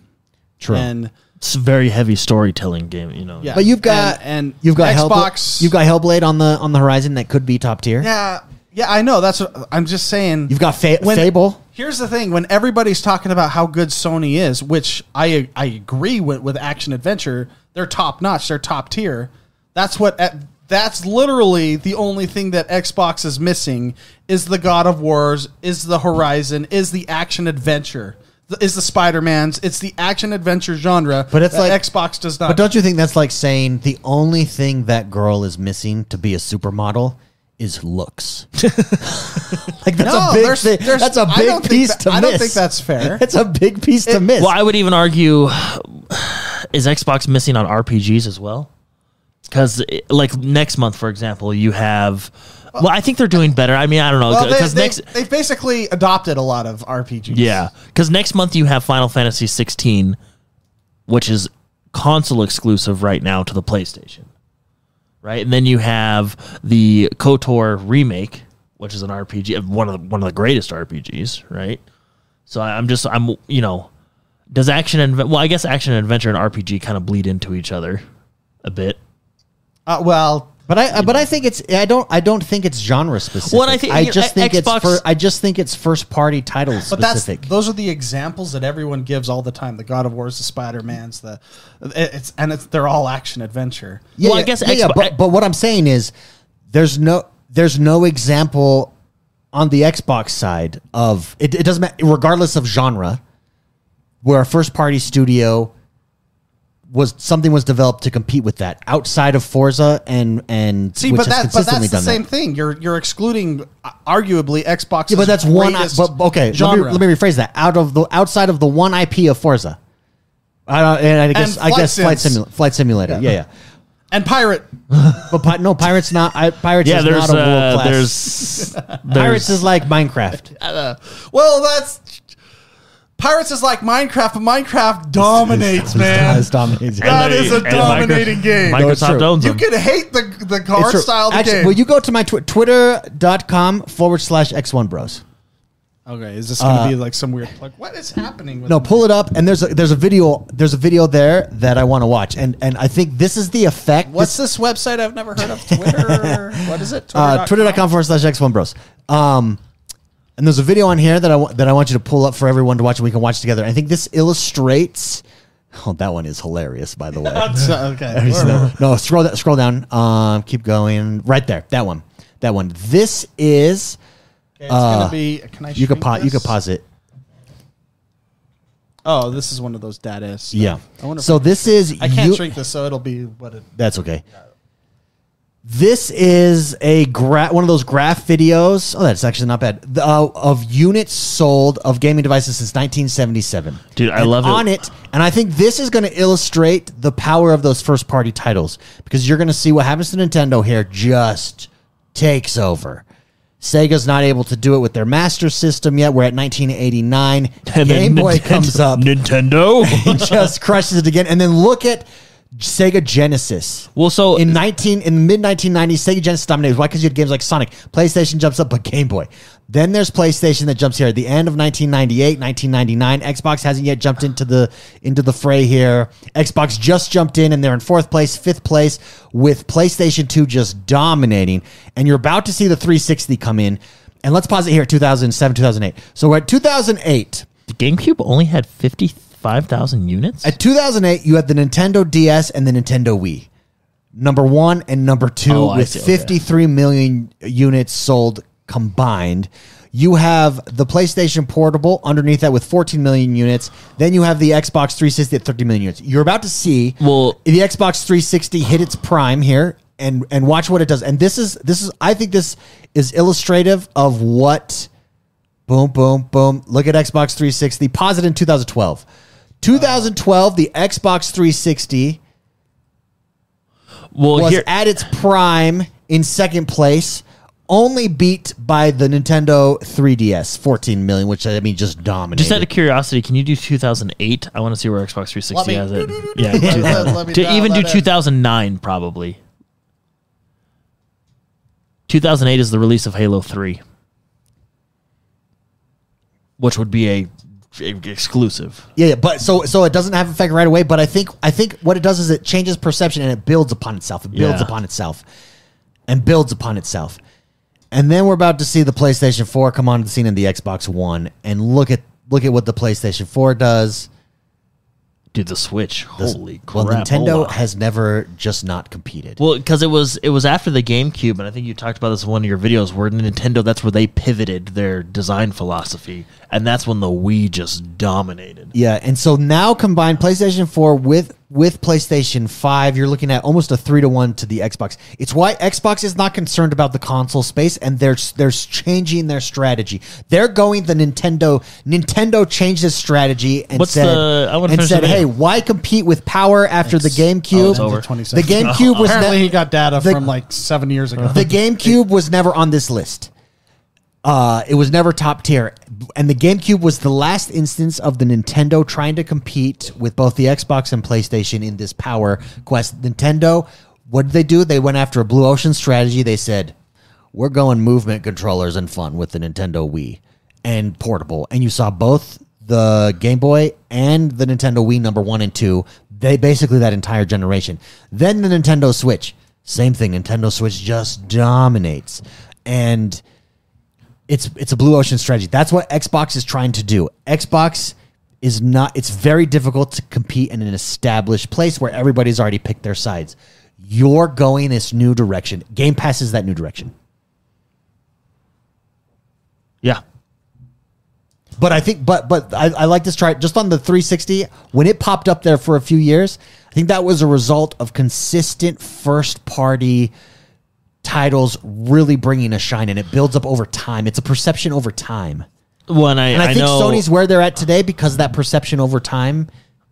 True.
And
It's a very heavy storytelling game, you know.
yeah,
but you've got
and, and
you've got Hellbla-
Xbox.
you've got Hellblade on the on the horizon that could be top tier.
yeah, Yeah, I know. That's what I'm just saying.
You've got Fa-
When-
Fable.
Here's the thing: when everybody's talking about how good Sony is, which I I agree with with action adventure, they're top notch, they're top tier. That's what that's literally the only thing that Xbox is missing is the God of Wars, is the Horizon, is the action adventure, th- is the Spider Man's. It's the action adventure genre,
But it's
that
like-
Xbox does not.
But don't you think that's like saying the only thing that girl is missing to be a supermodel is looks? <laughs> like that's
No,
a big
there's-
thing.
there's-
that's a
I don't
big
think
piece
that-
to miss.
I don't think
<laughs>
that's fair.
It's a big piece to miss.
Well, I would even argue is Xbox missing on RPGs as well? Because like next month, for example, you have. Well, I think they're doing better. I mean, I don't know
well, they,
because
they,
next.
they've basically adopted a lot of RPGs.
Yeah, because next month you have Final Fantasy 16, which is console exclusive right now to the PlayStation, right? And then you have the KOTOR remake, which is an RPG, of one of the, one of the greatest RPGs, right? So I, I'm just I'm you know, does action and well I guess action and adventure and RPG kind of bleed into each other a bit.
Uh, well,
But I but I think it's I don't I don't think it's genre specific.
Well, I think- you know,
just think
Xbox-
it's fir- I just think it's first party title
But that's
specific.
those are the examples that everyone gives all the time. The God of War's, the Spider Man's, the it- it's and it's they're all action adventure.
yeah,
well, I
yeah,
guess
yeah, yeah,
Xbox- eh,
but, but what I'm saying is there's no there's no example on the Xbox side of it, it doesn't matter regardless of genre where a first party studio was something was developed to compete with that outside of Forza and and
See,
which has
but that's but
consistently
that's the
done that.
same thing. You're you're excluding uh, arguably Xbox.
Yeah, but that's one. I- But okay, let me,
genre.
let me rephrase that. Out of the outside of the one IP of Forza, I don't. And I guess I
Flight
guess flight,
Sims.
Simu- flight simulator. Yeah, yeah.
and pirate.
But pi- no, pirates not. I, pirates
Yeah,
is
there's
not a world
uh,
class. <laughs>
there's
pirates
there's
is like Minecraft.
Well, that's pirates is like Minecraft, but Minecraft <laughs> dominates,
<laughs>
man.
It's dominating.
That is a
and Micro-
dominating game. No,
it's
Microsoft
true.
owns
You
them.
can hate the the
It's
art
true.
style of the
Actually,
game.
Will you go to my tw- twitter.com forward slash x1 bros?
okay, is this going to be like some weird plug? What is happening? With
Uh, No, pull it up, and there's a, there's a video there's a video there that I want to watch, and and I think this is the effect.
What's this website I've never heard
<laughs>
of? Twitter? what is it?
uh, twitter.com forward slash x1 bros um, and there's a video on here that I, wa- that I want you to pull up for everyone to watch and we can watch together i think this illustrates oh that one is hilarious by
<laughs>
the way
okay.
no, no, scroll that scroll down um, keep going right there that one that one this is
it's gonna be. Can I?
Uh, you could
shrink
pause you
this?
could pause it
Oh, this is one of those data. stuff.
yeah
I wonder.
so
So
this is
I can't
you-
shrink this, so it'll be what it.
That's okay. This is a gra- one of those graph videos. Oh, that's actually not bad. The, Uh, of units sold of gaming devices since 1977.
Dude, I
And
love it.
On it, and I think this is going to illustrate the power of those first party titles because you're going to see what happens to Nintendo here just takes over. Sega's not able to do it with their master system yet. We're at 1989.
<laughs> And then
Game Boy
Nintendo-
comes up <laughs>
Nintendo.
and just crushes it again. And then look at Sega Genesis.
well, so
in nineteen in mid nineteen nineties, Sega Genesis dominated. Why? Because you had games like Sonic, PlayStation jumps up, but Game Boy. Then there's PlayStation that jumps here at the end of 1998, 1999. Xbox hasn't yet jumped into the into the fray here. Xbox just jumped in and they're in fourth place, fifth place with PlayStation 2 just dominating. And you're about to see the 360 come in. And let's pause it here at 2007, 2008. So we're at 2008.
The GameCube only had 55,000 units?
At 2008, you had the Nintendo DS and the Nintendo Wii. Number one and number two
Oh, I
with
see, okay.
fifty-three million units sold combined. You have the PlayStation Portable underneath that with 14 million units. Then you have the Xbox 360 at 30 million units. You're about to see
Well-
the Xbox 360 hit its prime here and and watch what it does. And this is this is I think this is illustrative of what Boom, boom, boom. Look at Xbox 360. Pause it in 2012. 2012, the Xbox 360
well,
was
here,
at its prime in second place, only beat by the Nintendo 3DS, 14 million, which I mean just dominated.
just out of curiosity, can you do 2008? I want to see where Xbox 360
<laughs>
has it. Yeah, 2000.
let me
to
dial
even do
that in.
2009, probably. 2008 is the release of Halo 3, which would be a, a exclusive.
yeah, yeah, but so so it doesn't have effect right away. But I think I think what it does is it changes perception and it builds upon itself. It builds
Yeah.
upon itself, and builds upon itself. And then we're about to see the PlayStation 4 come onto the scene and the Xbox One, and look at look at what the PlayStation 4 does.
Dude, the Switch. Holy crap!
Well, Nintendo
hold on.
has never just not competed.
Well, because it was it was after the GameCube, and I think you talked about this in one of your videos where Nintendo. That's where they pivoted their design philosophy, and that's when the Wii just dominated.
Yeah, and so now combine PlayStation 4 with with PlayStation 5, you're looking at almost a 3 to 1 to the Xbox. It's why Xbox is not concerned about the console space and they're they're changing their strategy. They're going the Nintendo Nintendo changed its strategy and
What's
said
the- I wanna
and
finish
said,
the video.
"Hey, why compete with power after the
oh,
GameCube?"
it's over.
the GameCube
<laughs>
was
Apparently,
ne-
he got data
the-
from like seven years ago.
the GameCube was never on this list. Uh, it was never top tier, and the GameCube was the last instance of the Nintendo trying to compete with both the Xbox and PlayStation in this power quest. Nintendo, what did they do? They went after a blue ocean strategy. They said, "We're going movement controllers and fun with the Nintendo Wii and portable." And you saw both the Game Boy and the Nintendo Wii number one and two. They basically that entire generation. Then the Nintendo Switch, same thing. Nintendo Switch just dominates, and it's it's a blue ocean strategy. That's what Xbox is trying to do. Xbox is not it's very difficult to compete in an established place where everybody's already picked their sides. You're going this new direction. Game Pass is that new direction.
Yeah,
But I think but but I, I like this try just on the 360 when it popped up there for a few years, I think that was a result of consistent first party titles really bringing a shine and it builds up over time. It's a perception over time.
when I
And I, think
know,
Sony's where they're at today because that perception over time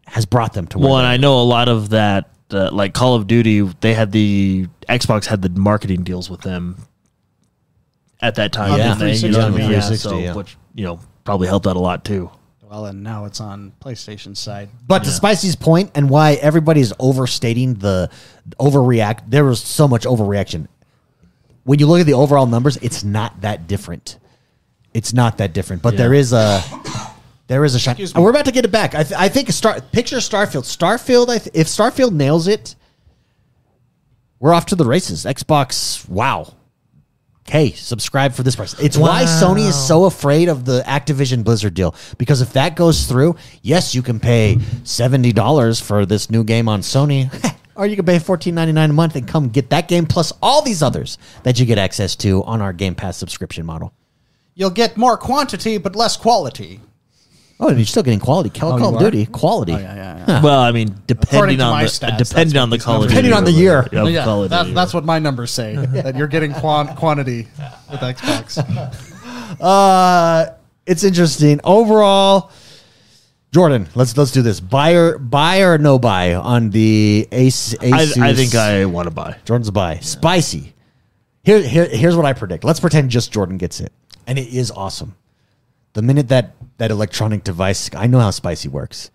has brought them to where
Well, and
they're
I know a lot of that, uh, like Call of Duty, they had the Xbox had the marketing deals with them at that time.
On the
didn't they?
360,
You know what I
on the
mean?
360,
so,
yeah.
which you know probably helped out a lot too.
well, and now it's on PlayStation side.
But to Spicy's point and why everybody's overstating the overreact, there was so much overreaction. When you look at the overall numbers, it's not that different. It's not that different, but there is a there is a shot.
Excuse me.
We're about to get it back. I, th- I think Star picture Starfield. Starfield. I th- if Starfield nails it, we're off to the races. Xbox. Wow. Hey, subscribe for this price. It's why Sony is so afraid of the Activision Blizzard deal because if that goes through, yes, you can pay seventy dollars for this new game on Sony, <laughs> or you can pay fourteen ninety nine a month and come get that game plus all these others that you get access to on our Game Pass subscription model.
You'll get more quantity but less quality.
Oh, and you're still getting quality. Call,
Oh,
Call
you
of
are?
Duty quality.
Well, I mean, depending
to
on
my
the
stats,
depending
that's
on the
what these
Call of
numbers-
Depending
Duty
on the
or
year.
whatever. Yeah, Call of
that-
Duty.
that's what my
<laughs>
numbers say. that you're getting quan- quantity with Xbox.
Uh, it's interesting overall. Jordan, let's let's do this. Buy or buy or no buy on the Ace.
I,
Asus.
I think I want to buy.
Jordan's buy spicy. Here, here, here's what I predict. Let's pretend just Jordan gets it, and it is awesome. The minute that that electronic device, I know how spicy works.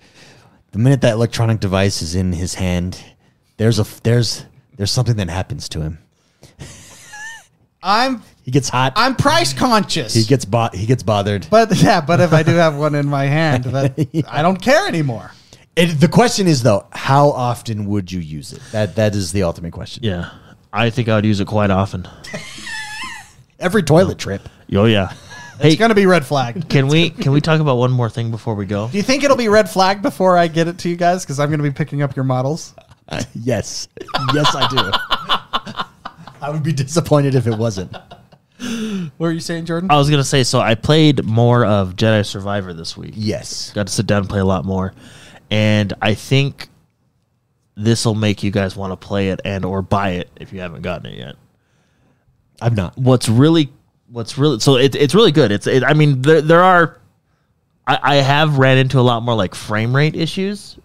The minute that electronic device is in his hand, there's a f- there's there's something that happens to him.
I'm
He gets hot.
I'm price conscious.
he gets bo- he gets bothered.
but yeah, but if I do have one in my
<laughs>
hand, that I don't care anymore.
It, the question is though, how often would you use it? That that is the ultimate question.
Yeah, I think I would use it quite often.
Every toilet trip.
Oh yeah. Hey,
It's gonna be red flagged.
can we can we talk about one more thing before we go?
Do you think it'll be red flagged before I get it to you guys? Because I'm gonna be picking up your models.
Yes, yes, I do. I would be disappointed if it wasn't.
What are you saying, Jordan?
I was gonna say, so I played more of Jedi Survivor this week.
Yes.
Got to sit down and play a lot more, and I think this will make you guys want to play it and or buy it if you haven't gotten it yet.
I'm not.
What's really what's really so it, it's really good. It's it, I mean there there are I, I have ran into a lot more like frame rate issues.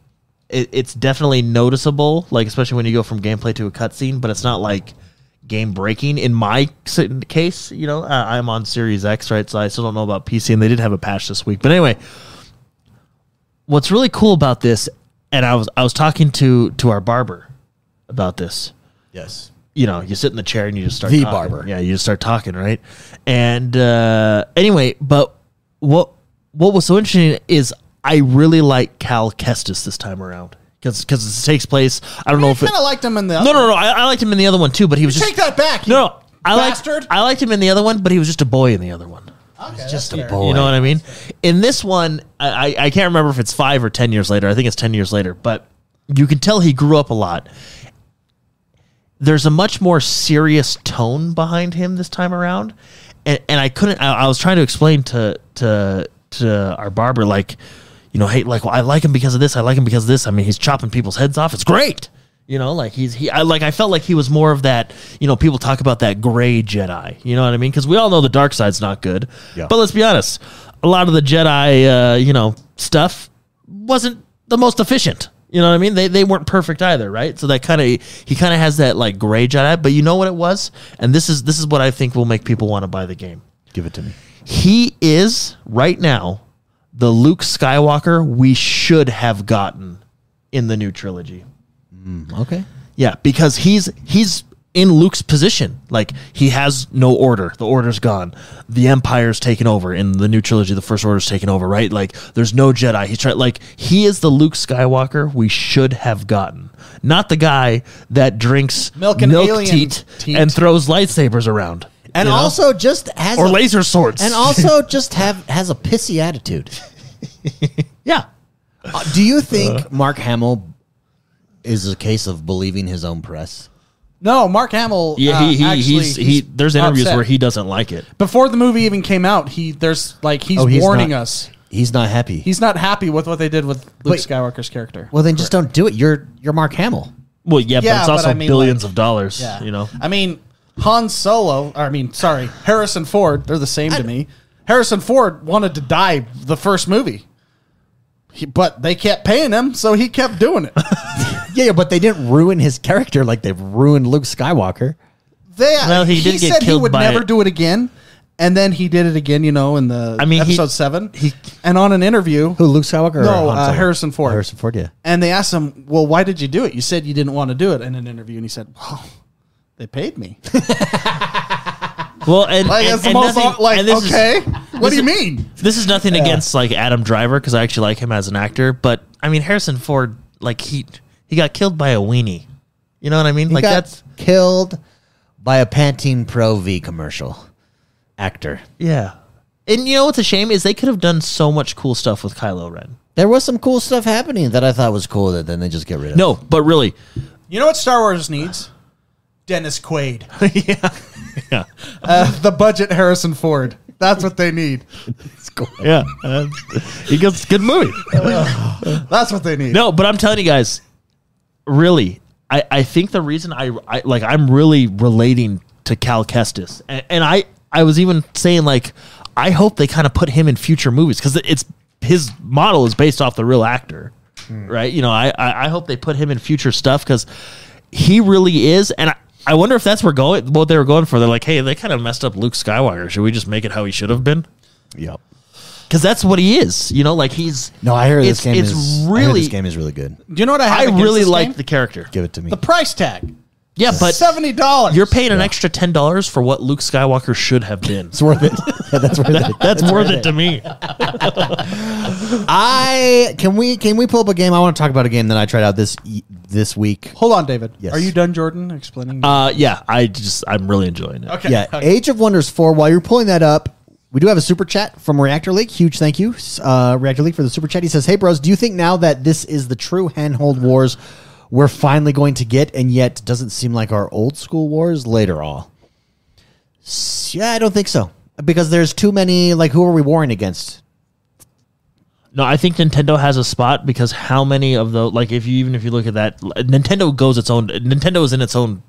It, it's definitely noticeable, like especially when you go from gameplay to a cutscene, but it's not like game breaking. In my s- case, you know, uh, I'm on Series X, right? So I still don't know about PC, and they did have a patch this week. But anyway, what's really cool about this, and I was I was talking to to our barber about this
Yes.
you know, you sit in the chair and you just start
The
talking.
barber.
Yeah, you just start talking, right? And uh, anyway, but what what was so interesting is I really like Cal Kestis this time around because because it takes place. I don't know
I
if it,
kind of liked them in the.
no no no I, I liked him in the other one too, but he was just
Take that back.
no, I liked,
Bastard.
I liked him in the other one, but he was just a boy in the other one.
Okay,
just a
that's fair.
boy.
You know what I mean? In this one, I, I- I can't remember if it's five or ten years later. I think it's ten years later, but you can tell he grew up a lot. There's a much more serious tone behind him this time around, and, and I couldn't. I, I was trying to explain to to to our barber, like, you know, hey, like, well, I like him because of this. I like him because of this. I mean, he's chopping people's heads off. It's great. You know, like he's he, I like I felt like he was more of that. You know, people talk about that gray Jedi. You know what I mean? Because we all know the dark side's not good.
Yeah.
But let's be honest, a lot of the Jedi, uh, you know, stuff wasn't the most efficient. You know what I mean? They they weren't perfect either, right? So that kind of he kind of has that like gray Jedi. But you know what it was, and this is this is what I think will make people want to buy the game.
Give it to me.
He is right now the Luke Skywalker we should have gotten in the new trilogy.
Okay.
Yeah, because he's he's in Luke's position. Like he has no order. The order's gone. The Empire's taken over in the new trilogy. The First Order's taken over. Right? Like there's no Jedi. He's trying. Like he is the Luke Skywalker we should have gotten, not the guy that drinks
Milk and alien
teat,
teat.
and throws lightsabers around.
And
you know?
also just has
or
a-
laser swords.
and <laughs> also just have has a pissy attitude.
yeah.
Uh, do you think Mark Hamill is a case of believing his own press?
No, Mark Hamill.
Yeah,
uh,
he, he,
actually,
he's, he there's interviews
upset.
where he doesn't like it.
before the movie even came out, he there's like he's, warning
Oh, not-
us.
He's not happy.
He's not happy with what they did with Luke
Wait.
Skywalker's character.
well, then just don't do it. You're you're Mark Hamill.
Well, yeah,
Yeah,
but it's
but
also
I mean,
billions
like-
of dollars.
Yeah.
You know,
I mean, Han Solo, or I mean, sorry, Harrison Ford, they're the same to me. Harrison Ford wanted to die the first movie. He, but they kept paying him, so he kept doing
<laughs>
it.
Yeah, yeah, but they didn't ruin his character like they've ruined Luke Skywalker.
They,
Well, he
he,
did get
said he
killed
would
by
never
it.
do it again, and then he did it again. You know, in the
I mean, he-
episode seven,
he-
and on an interview,
Who Luke Skywalker? or Han
no, uh,
Solo?
Harrison Ford.
Harrison Ford, yeah.
And they asked him, "Well, why did you do it? You said you didn't want to do it." In an interview, and he said, "Well, they paid
<laughs>
me."
well, and
Like,
and,
that's the
and
most
nothing-
like
and this is- <laughs>
okay. what do you
this
mean?
This is nothing against like Adam Driver because I actually like him as an actor, but I mean Harrison Ford, like he he got killed by a weenie. You know what I mean? like
got
that's
killed by a Pantene Pro V commercial actor.
yeah. And you know what's a shame is they could have done so much cool stuff with Kylo Ren.
There was some cool stuff happening that I thought was cool that then they just get rid of.
No, but really,
You know what Star Wars needs?
<laughs>
Dennis Quaid.
yeah, yeah,
Uh, the budget Harrison Ford. That's what they need.
it's cool.
yeah. Uh, he gets good movie.
That's what they need.
No, but I'm telling you guys, really, I, I think the reason I, I like I'm really relating to Cal Kestis, and, and I I was even saying like I hope they kind of put him in future movies because it's his model is based off the real actor,
Hmm.
right? You know, I, I I hope they put him in future stuff because he really is, and I. I wonder if that's where going what they were going for. They're like, hey, they kind of messed up Luke Skywalker. Should we just make it how he should have been?
Yep.
Because that's what he is. You know, like he's
No, I hear this
it's,
game
It's
is I hear
really.
this game is really good.
Do you know what I have?
I
against
really
this
like
game?
the character.
Give it to me.
the price tag.
Yeah, but
Seventy dollars.
you're paying an extra ten dollars for what Luke Skywalker should have <laughs> been.
it's worth it. Yeah, that's worth it.
<laughs> That's worth it to me.
I can we can we pull up a game? I want to talk about a game that I tried out this e- this week.
Hold on, David.
Yes.
Are you done, Jordan? Explaining.
Uh, yeah, I just I'm really enjoying it.
okay.
Yeah,
Okay.
Age of Wonders 4. While you're pulling that up, we do have a super chat from Reactor League. Huge thank you, uh, Reactor League, for the super chat. He says, Hey, bros, do you think now that this is the true handhold wars we're finally going to get, and yet doesn't seem like our old school wars later all? S- Yeah, I don't think so. Because there's too many, like, who are we warring against?
No, I think Nintendo has a spot because how many of the like if you even if you look at that Nintendo goes its own Nintendo is in its own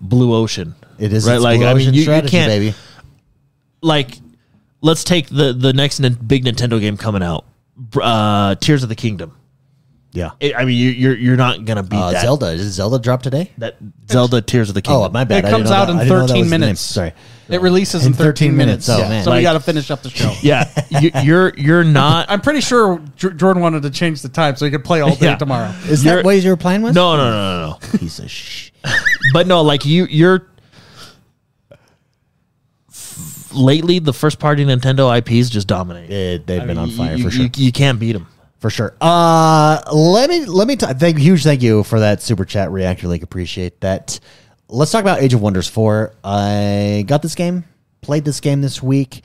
blue ocean.
It is
right.
its
like
blue
I mean,
ocean
you, you
strategy,
can't
baby.
like let's take the the next nin- big Nintendo game coming out, Br- uh, Tears of the Kingdom.
Yeah.
It, I mean, you, you're you're not gonna beat
Uh,
that
Zelda. Is Zelda dropped today?
that Zelda Tears of the Kingdom.
Oh, my bad.
It
I didn't
comes
know
out
that-
in
I didn't know that
13
was the name.
minutes.
Sorry.
It releases
In
in 13,
13 minutes,
minutes.
oh,
Yeah.
man.
So we
Like-
got to finish up the
<laughs>
show.
Yeah, you, you're you're <laughs> not.
I'm pretty sure J- Jordan wanted to change the time so he could play all day
Yeah.
tomorrow.
Is
You're-
that what you were playing with?
No, no, no, no, no.
<laughs> Piece of shit.
But no, like you, you're. F- Lately, the first party Nintendo IPs just dominate.
Eh, They've been on
You-
fire
you,
for sure.
You, you can't beat them.
for sure. Uh, let me let me t- thank huge thank you for that super chat reactor link. Appreciate that. let's talk about Age of Wonders 4. I got this game, played this game this week.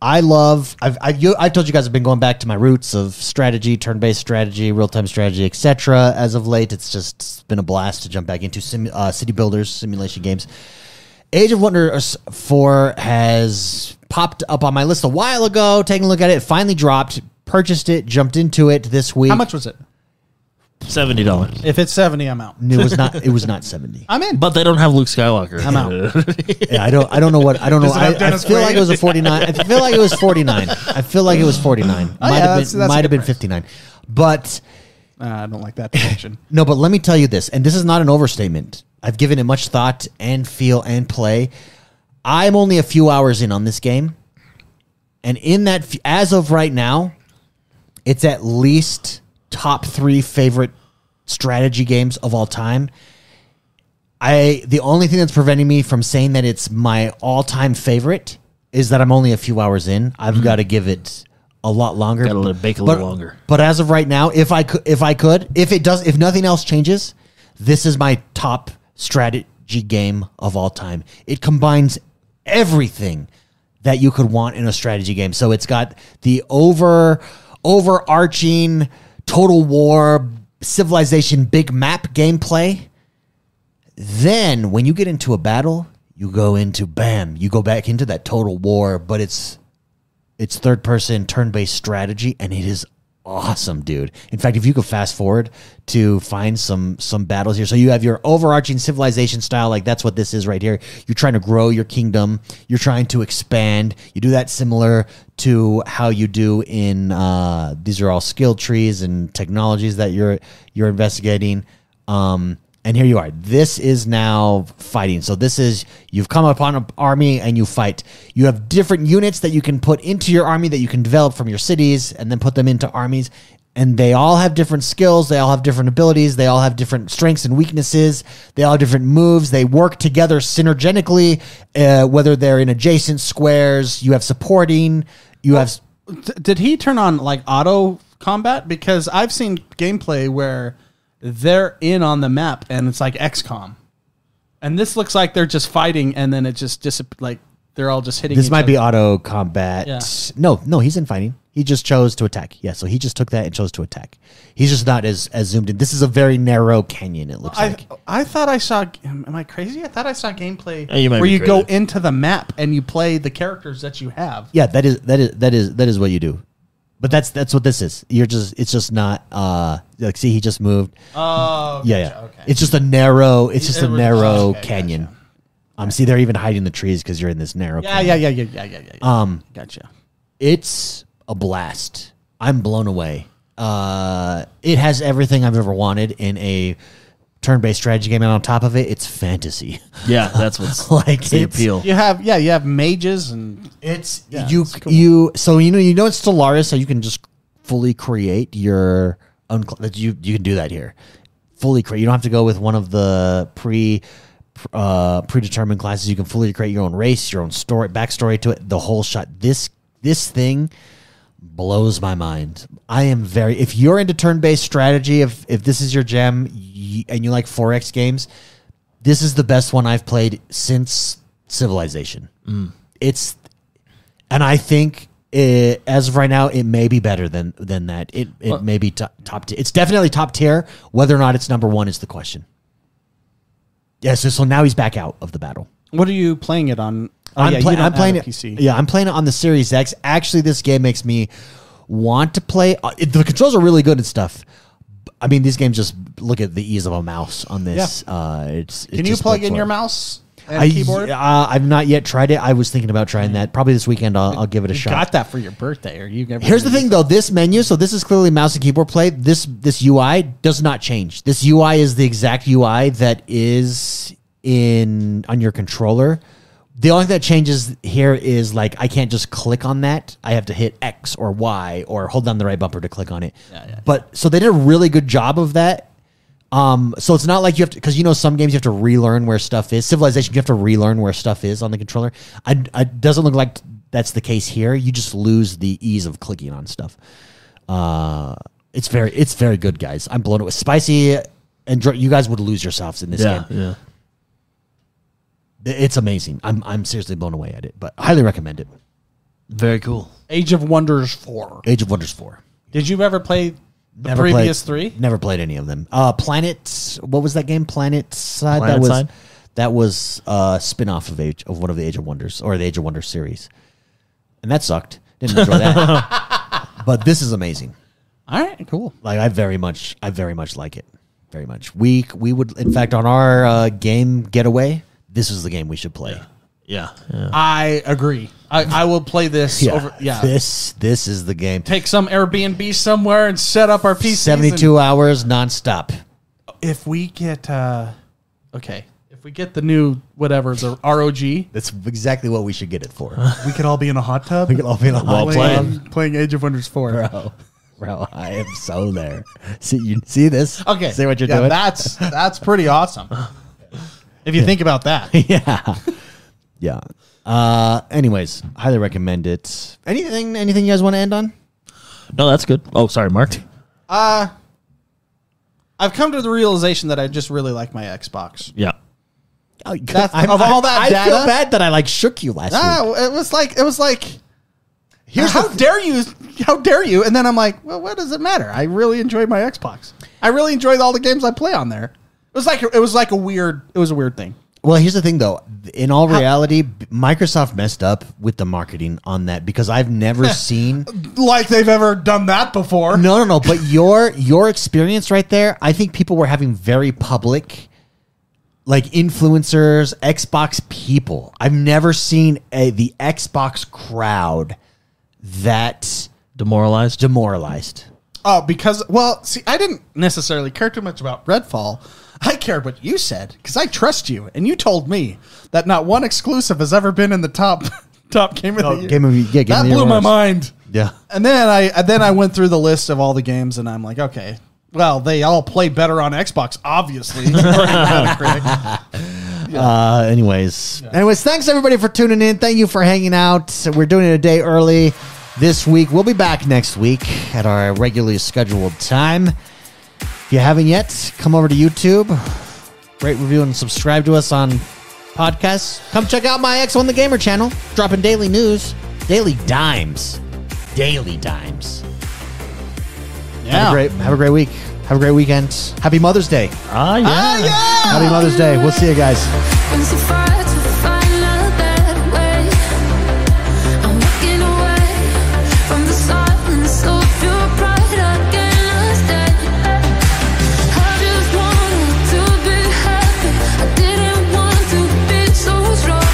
I love. I've I've, you, I've told you guys I've been going back to my roots of strategy, turn-based strategy, real-time strategy, etc. As of late, it's just been a blast to jump back into sim, uh, city builders, simulation games. Age of Wonders 4 has popped up on my list a while ago. Taking a look at it, finally dropped, purchased it, jumped into it this week.
How much was it?
Seventy dollars.
If it's seventy, I'm out.
It was not. It was not
<laughs>
seventy.
I'm in.
But they don't have Luke Skywalker.
I'm out.
Yeah, I don't. I don't know what. I don't know.
Does it
I,
have
I
Dennis
feel like
Quaid?
it was a forty nine. I feel like it was forty nine. I feel like it was forty nine. Might
Oh, yeah,
have
that's-
been.
that's a
might have
good
been
price.
fifty nine. But
Uh, I don't like that connection.
no. But let me tell you this, and this is not an overstatement. I've given it much thought and feel and play. I'm only a few hours in on this game, and in that, f- as of right now, it's at least top three favorite strategy games of all time. I the only thing that's preventing me from saying that it's my all time favorite is that I'm only a few hours in. I've got to give it a lot longer.
Mm-hmm. Gotta let it bake a little longer.
But as of right now, if I could, if I could, if it does, if nothing else changes, this is my top strategy game of all time. It combines everything that you could want in a strategy game. So it's got the over overarching total war civilization big map gameplay then when you get into a battle you go into bam you go back into that total war but it's it's third person turn based strategy and it is awesome dude in fact if you could fast forward to find some some battles here so you have your overarching civilization style like that's what this is right here you're trying to grow your kingdom you're trying to expand you do that similar to how you do in uh, these are all skill trees and technologies that you're you're investigating um, and here you are. This is now fighting. So this is you've come upon an army and you fight. You have different units that you can put into your army that you can develop from your cities and then put them into armies. And they all have different skills. They all have different abilities. They all have different strengths and weaknesses. They all have different moves. They work together synergetically, uh, whether they're in adjacent squares. You have supporting. You have
D- did he turn on like auto combat? Because I've seen gameplay where they're in on the map and it's like XCOM, and this looks like they're just fighting and then it just disap- like they're all just hitting.
This
each
might be
other.
auto combat.
Yeah.
No, no, he's in fighting. He just chose to attack. Yeah, so he just took that and chose to attack. He's just not as as zoomed in. This is a very narrow canyon. It looks
I
like.
I thought I saw. Am I crazy? I thought I saw gameplay
Yeah, you might
where
be
you go
crazy.
into the map and you play the characters that you have.
Yeah, that is that is that is that is what you do. But that's that's what this is. You're just it's just not uh like see he just moved.
Oh,
yeah,
gotcha,
yeah. It's just a narrow. It's just
It
a
was-
narrow
Oh, okay,
canyon. Um, see, they're even hiding the trees because you're in this narrow.
yeah, yeah, yeah, yeah, yeah, yeah, yeah. Um, gotcha.
it's a blast. I'm blown away. Uh, it has everything I've ever wanted in a turn-based strategy game, and on top of it, it's fantasy.
<laughs>
<laughs>
Yeah, that's what's
Like,
that's the
it's-
appeal.
You have yeah, you have mages and it's
you you so you know you know it's Stellaris, so you can just fully create your own. cl- that You you can do that here, fully create. You don't have to go with one of the pre uh, predetermined classes. You can fully create your own race, your own story, backstory to it, the whole shot. This this thing blows my mind. I am very if you're into turn-based strategy, if if this is your gem y- and you like 4X games, this is the best one I've played since Civilization. It's and I think it, as of right now, it may be better than than that. It it may be top, top. Tier. It's definitely top tier. Whether or not it's number one is the question. Yeah. So, so now he's back out of the battle.
What are you playing it on? Oh,
I'm,
yeah,
play-
you don't
I'm
have
playing
a
it.
PC.
Yeah, I'm playing it on the Series X. Actually, this game makes me want to play. uh, it- the controls are really good and stuff. B- I mean, these games just look at the ease of a mouse on this. Uh, it's it
Can you
just
plug
looks
in your
like-
mouse and
I,
keyboard?
Uh, I've not yet tried it. I was thinking about trying that. Probably this weekend. I'll, I'll give it a
You
shot.
got that for your birthday, or you never?
Here's the thing, though. This menu, so this is clearly mouse and keyboard play. This this UI does not change. This UI is the exact UI that is in on your controller. The only thing that changes here is like I can't just click on that. I have to hit X or Y or hold down the right bumper to click on it. but so they did a really good job of that. Um, so it's not like you have to, because you know some games you have to relearn where stuff is. Civilization, you have to relearn where stuff is on the controller. I, I doesn't look like that's the case here. You just lose the ease of clicking on stuff. Uh, it's very, it's very good, guys. I'm blown away. Spicy and dr- you guys would lose yourselves in this
Yeah,
game.
yeah.
It's amazing. I'm I'm seriously blown away at it, but highly recommend it.
Very cool.
Age of Wonders four.
Age of Wonders four.
Did you ever play the
Never
previous
played,
three?
Never played any of them. Uh, Planet. What was that game? Planet Side. that
Planet
was
Side?
that was a spin-off of Age of one of the Age of Wonders or the Age of Wonders series, and that sucked. Didn't enjoy that. but this is amazing.
All right, cool.
Like I very much, I very much like it. Very much. We we would, in fact, on our uh, game getaway, this is the game we should play.
Yeah. yeah.
I agree. I, I will play this over. Yeah,
This this is the game.
take some Airbnb somewhere and set up our PCs.
Seventy-two hours nonstop.
and- if we get, uh, okay, if we get the new whatever the ROG, we
That's exactly what we should get it for.
could all be in a hot tub.
We could all be like,
Well playing.
playing Age of Wonders four.
bro. <laughs> Bro, I am so there. See you see this?
Okay,
See what you're
Yeah,
doing?
That's that's pretty awesome. If you think about that,
<laughs> yeah. Yeah. Uh anyways, highly recommend it. Anything anything you guys want to end on?
No, that's good. Oh, sorry, Mark.
I've come to the realization that I just really like my Xbox.
Yeah.
Oh, God,
That's- of all that
I feel
data- Ah.
bad that I like shook you last week.
No, it was like it was like
Here's
how
the
dare you? How dare you? And then I'm like, well, what does it matter? I really enjoy my Xbox. I really enjoy all the games I play on there. It was like it was like a weird. It was a weird thing.
Well, here's the thing, though. In all reality, b- Microsoft messed up with the marketing on that because I've
<laughs>
never seen.
Like they've ever done that before.
No, no, no. But your your experience right there, I think people were having very public, like influencers, Xbox people. I've never seen a, the Xbox crowd that
Demoralized.
demoralized.
Oh, because well, see, I didn't necessarily care too much about Redfall. I cared what you said because I trust you, and you told me that not one exclusive has ever been in the top <laughs> top game of the year.
Game of yeah, game
that
of the year
blew my
awards.
mind.
Yeah.
And then I and then I went through the list of all the games, and I'm like, okay, well, they all play better on Xbox, obviously. <laughs> Metacritic.
Uh, anyways, anyways, thanks everybody for tuning in. Thank you for hanging out. We're doing it a day early this week. We'll be back next week at our regularly scheduled time. If you haven't yet, come over to YouTube, rate, review, and subscribe to us on podcasts. Come check out my X on the Gamer channel, dropping daily news, daily dimes, daily dimes. Have a great, have a great week. Have a great weekend. Happy Mother's Day.
Ah, yeah.
Happy Mother's Day. We'll see you guys.
Been so far to find out that way. I'm walking away from the silence of your pride. I cannot stay. I just wanted to be happy. I didn't want to be so strong.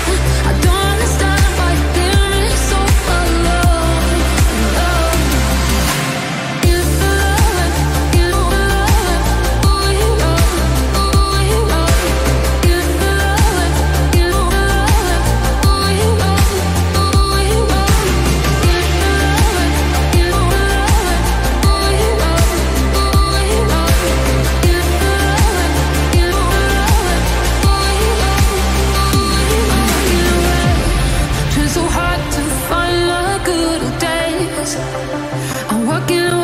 I don't understand why you're so alone. You love, you love, ooh you love, ooh you love. You love, you love, ooh you love, ooh you love. You love, you love, ooh you love, ooh you love. You love, you love, ooh you love, ooh you love. Try so hard to find my good days. I'm walking away.